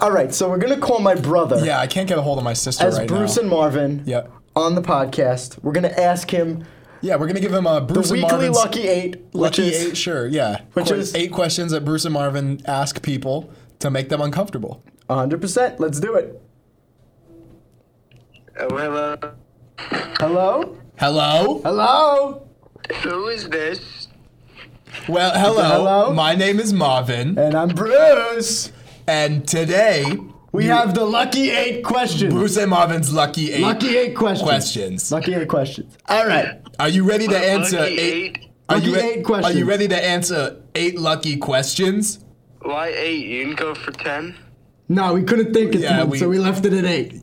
Speaker 1: All right, so we're gonna call my brother
Speaker 5: Yeah, I can't get a hold of my sister
Speaker 1: as Bruce and Marvin
Speaker 5: Yep.
Speaker 1: on the podcast. We're gonna ask him
Speaker 5: yeah, we're gonna give him a Bruce
Speaker 1: the weekly lucky eight, which
Speaker 5: Lucky
Speaker 1: is
Speaker 5: eight, sure, yeah.
Speaker 1: Which
Speaker 5: Que-
Speaker 1: is-
Speaker 5: eight questions that Bruce and Marvin ask people to make them uncomfortable.
Speaker 1: 100%. Let's do it.
Speaker 6: Hello.
Speaker 1: Hello,
Speaker 5: Hello.
Speaker 1: hello,
Speaker 6: Who is this?
Speaker 5: Well, hello.
Speaker 1: Hello?
Speaker 5: My name is Marvin,
Speaker 1: and I'm Bruce.
Speaker 5: and today
Speaker 1: We have the lucky eight questions.
Speaker 5: Bruce and Marvin's lucky eight
Speaker 1: Lucky eight questions.
Speaker 5: questions.
Speaker 1: Lucky eight questions. All right.
Speaker 5: Are you ready to answer
Speaker 6: Lucky
Speaker 5: eight?
Speaker 6: eight?
Speaker 5: Are you
Speaker 1: Lucky
Speaker 5: re-
Speaker 1: eight
Speaker 5: Are you
Speaker 1: questions.
Speaker 5: ready to answer eight lucky questions?
Speaker 6: Why eight? You can go for ten.
Speaker 1: No, we couldn't think of
Speaker 5: Yeah,
Speaker 1: them,
Speaker 5: we-
Speaker 1: so we left it at eight.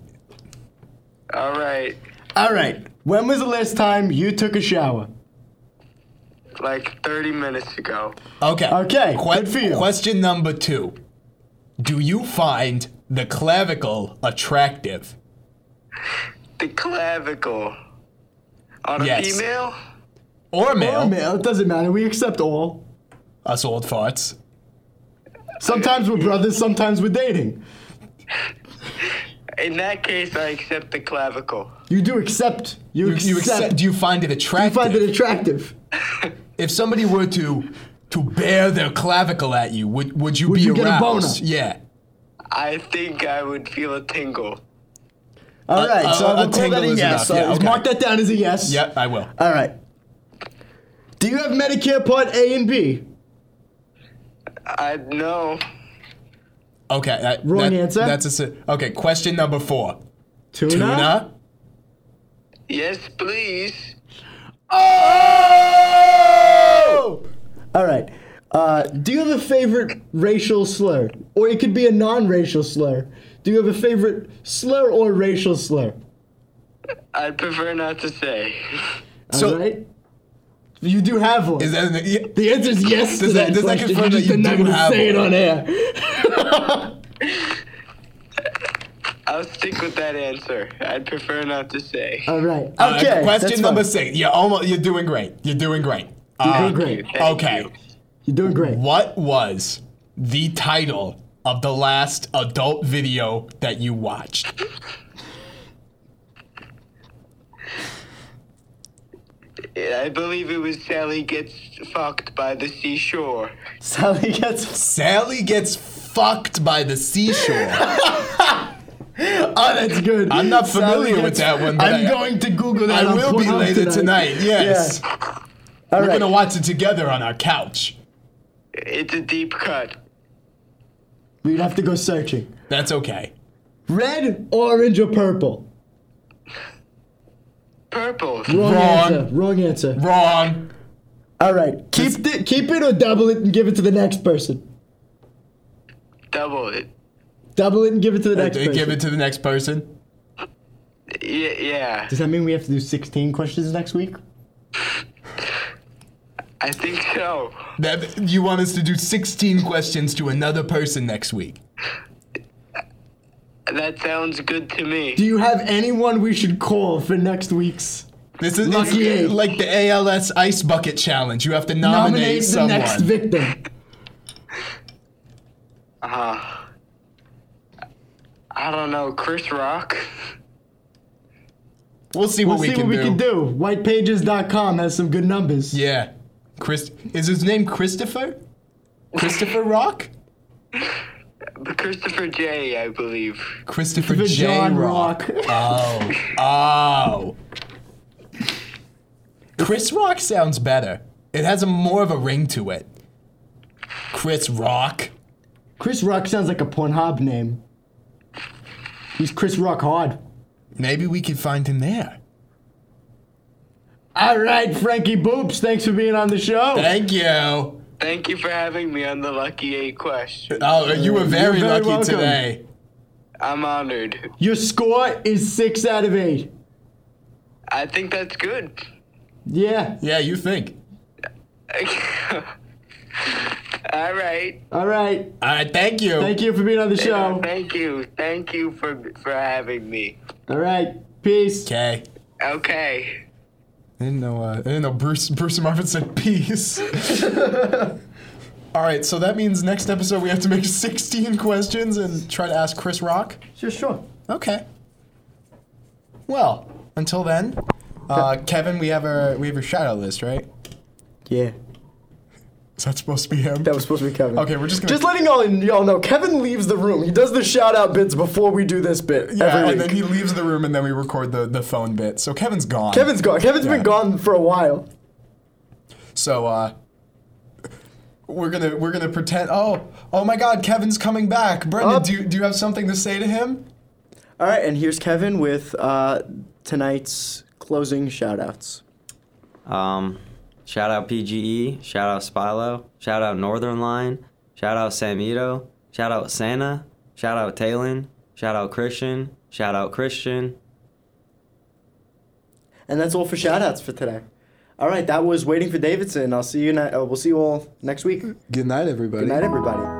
Speaker 6: All right.
Speaker 1: All right. When was the last time you took a shower?
Speaker 6: Like thirty minutes ago.
Speaker 3: Okay.
Speaker 1: Okay,
Speaker 3: Que-
Speaker 1: good for you.
Speaker 3: Question number two. Do you find the clavicle attractive?
Speaker 6: The clavicle. On a
Speaker 3: Yes.
Speaker 6: female?
Speaker 3: Or male?
Speaker 1: Or male? It doesn't matter. We accept all.
Speaker 3: Us old farts.
Speaker 1: Sometimes we're brothers. Sometimes we're dating.
Speaker 6: In that case, I accept the clavicle.
Speaker 1: You do accept. You,
Speaker 3: You,
Speaker 1: accept.
Speaker 3: you accept, do you find it attractive?
Speaker 1: find it attractive.
Speaker 3: if somebody were to to bear their clavicle at you, would would you be
Speaker 1: you get a
Speaker 3: aroused?
Speaker 1: boner?
Speaker 3: Yeah.
Speaker 6: I think I would feel a tingle.
Speaker 1: All right. so
Speaker 3: a-
Speaker 1: I will call
Speaker 3: a
Speaker 1: that
Speaker 3: tingle
Speaker 1: a
Speaker 3: is
Speaker 1: yes.
Speaker 3: enough. Yeah,
Speaker 1: I'll
Speaker 3: okay.
Speaker 1: Mark that down as a yes.
Speaker 3: Yeah, I will.
Speaker 1: All right. Do you have Medicare Part A and B?
Speaker 6: I know.
Speaker 3: Okay. that-
Speaker 1: Wrong
Speaker 3: that-
Speaker 1: answer.
Speaker 3: That's a si- Okay, question number 4.
Speaker 1: Tuna.
Speaker 3: Tuna?
Speaker 6: Yes, please.
Speaker 1: Oh! All right. Uh, do you have a favorite racial slur? Or it could be a non racial slur. Do you have a favorite slur or racial slur?
Speaker 6: I'd prefer not to say.
Speaker 1: All right. You do have one.
Speaker 3: Is that yeah.
Speaker 1: the answer is yes to
Speaker 3: Does
Speaker 1: that,
Speaker 3: that- does that
Speaker 1: question.
Speaker 3: confirm
Speaker 1: you
Speaker 3: that
Speaker 1: just
Speaker 3: you
Speaker 1: did not
Speaker 3: do
Speaker 1: gonna
Speaker 3: have
Speaker 1: say
Speaker 3: one?
Speaker 1: it on air.
Speaker 6: I'll stick with that answer. I'd prefer not to say.
Speaker 1: All right. Okay.
Speaker 3: Uh,
Speaker 1: that's
Speaker 3: question number
Speaker 1: fine.
Speaker 3: 6. You're almost you're doing great. You're doing great.
Speaker 1: You're
Speaker 3: Uh,
Speaker 1: doing great.
Speaker 6: Thank
Speaker 3: okay.
Speaker 6: you.
Speaker 1: You're doing great.
Speaker 3: What was the title of the last adult video that you watched?
Speaker 6: I believe it was Sally gets fucked by the seashore.
Speaker 1: Sally gets
Speaker 3: Sally gets fucked by the seashore.
Speaker 1: Oh, that's good.
Speaker 3: Uh, I'm not
Speaker 1: Sally
Speaker 3: familiar
Speaker 1: gets-
Speaker 3: with that one, but
Speaker 1: I'm
Speaker 3: I-
Speaker 1: going to Google that.
Speaker 3: I
Speaker 1: on
Speaker 3: will be
Speaker 1: Pornhub
Speaker 3: later tonight. Yes.
Speaker 1: All
Speaker 3: We're
Speaker 1: right.
Speaker 3: gonna watch it together on our couch.
Speaker 6: It's a deep cut.
Speaker 1: We'd have to go searching.
Speaker 3: That's okay.
Speaker 1: Red, orange, or purple?
Speaker 6: Purple.
Speaker 1: Wrong,
Speaker 3: Wrong.
Speaker 1: answer. Wrong answer.
Speaker 3: Wrong.
Speaker 1: All right. Keep it, keep it or double it and give it to the next person.
Speaker 6: Double it.
Speaker 1: Double it and Uh, give it to the next person.
Speaker 3: Give it to the next person.
Speaker 6: Yeah, yeah.
Speaker 1: Does that mean we have to do 16 questions next week?
Speaker 6: I think so.
Speaker 3: That you want us to do 16 questions to another person next week.
Speaker 6: That sounds good to
Speaker 1: Do
Speaker 6: me.
Speaker 1: you have anyone we should call for next week's?
Speaker 3: This is
Speaker 1: Lucky
Speaker 3: it's
Speaker 1: eight.
Speaker 3: like the ALS ice bucket challenge. You have to nominate,
Speaker 1: Nominate the
Speaker 3: someone.
Speaker 1: next victim.
Speaker 6: Uh, I don't know. Chris Rock?
Speaker 3: we'll see
Speaker 1: We'll
Speaker 3: what
Speaker 1: see
Speaker 3: we can
Speaker 1: what we
Speaker 3: do.
Speaker 1: can do. Whitepages.com has some good numbers.
Speaker 3: Yeah. Chris is his name Christopher? Christopher Rock?
Speaker 6: Christopher J, I believe.
Speaker 3: Christopher
Speaker 1: The
Speaker 3: J.
Speaker 1: John
Speaker 3: Rock.
Speaker 1: Rock.
Speaker 3: Oh. Oh. Chris Rock sounds better. It has a more of a ring to it. Chris Rock.
Speaker 1: Chris Rock sounds like a Pornhub name. He's Chris Rock hard.
Speaker 3: Maybe we could find him there.
Speaker 1: All right, Frankie Boops, thanks for being on the show.
Speaker 3: Thank you.
Speaker 6: Thank you for having me on the Lucky Eight question.
Speaker 3: Oh, you were very,
Speaker 1: very
Speaker 3: lucky
Speaker 1: welcome.
Speaker 3: today.
Speaker 6: I'm honored.
Speaker 1: Your score is six out of eight.
Speaker 6: I think that's good.
Speaker 1: Yeah.
Speaker 3: Yeah, you think.
Speaker 6: All right.
Speaker 1: All right.
Speaker 3: All right, thank you.
Speaker 1: Thank you for being on the show.
Speaker 6: Thank you. Thank you for for having me.
Speaker 1: All right. Peace.
Speaker 3: Okay.
Speaker 6: Okay.
Speaker 3: I didn't know. Uh, I didn't know Bruce. Bruce Marvin said peace. All right, so that means next episode we have to make 16 questions and try to ask Chris Rock.
Speaker 1: Sure, sure.
Speaker 3: Okay. Well, until then, uh, Kevin, we have a we have your shout out list, right?
Speaker 1: Yeah.
Speaker 3: Is that supposed to be him?
Speaker 1: That was supposed to be Kevin.
Speaker 3: Okay, we're just gonna-
Speaker 1: Just letting all y'all know, Kevin leaves the room. He does the shout out bits before we do this bit
Speaker 3: yeah,
Speaker 1: every
Speaker 3: and
Speaker 1: week.
Speaker 3: then he leaves the room, and then we record the, the phone bit. So Kevin's gone.
Speaker 1: Kevin's gone. Kevin's
Speaker 3: Yeah.
Speaker 1: been gone for a while.
Speaker 3: So uh, we're gonna we're gonna pretend. Oh oh my God, Kevin's coming back. Brendan,
Speaker 1: Up.
Speaker 3: do you, do you have something to say to him?
Speaker 1: All right, and here's Kevin with uh, tonight's closing shout outs.
Speaker 2: Um, shout out PGE, shout out Spilo, shout out Northern Line, shout out Samito, shout out Santa, shout out Talon, shout out Christian, shout out Christian.
Speaker 1: And that's all for shout outs for today. All right, that was Waiting for Davidson. I'll see you ni- uh, we'll see you all next week. Good
Speaker 3: Good night, everybody.
Speaker 1: night everybody.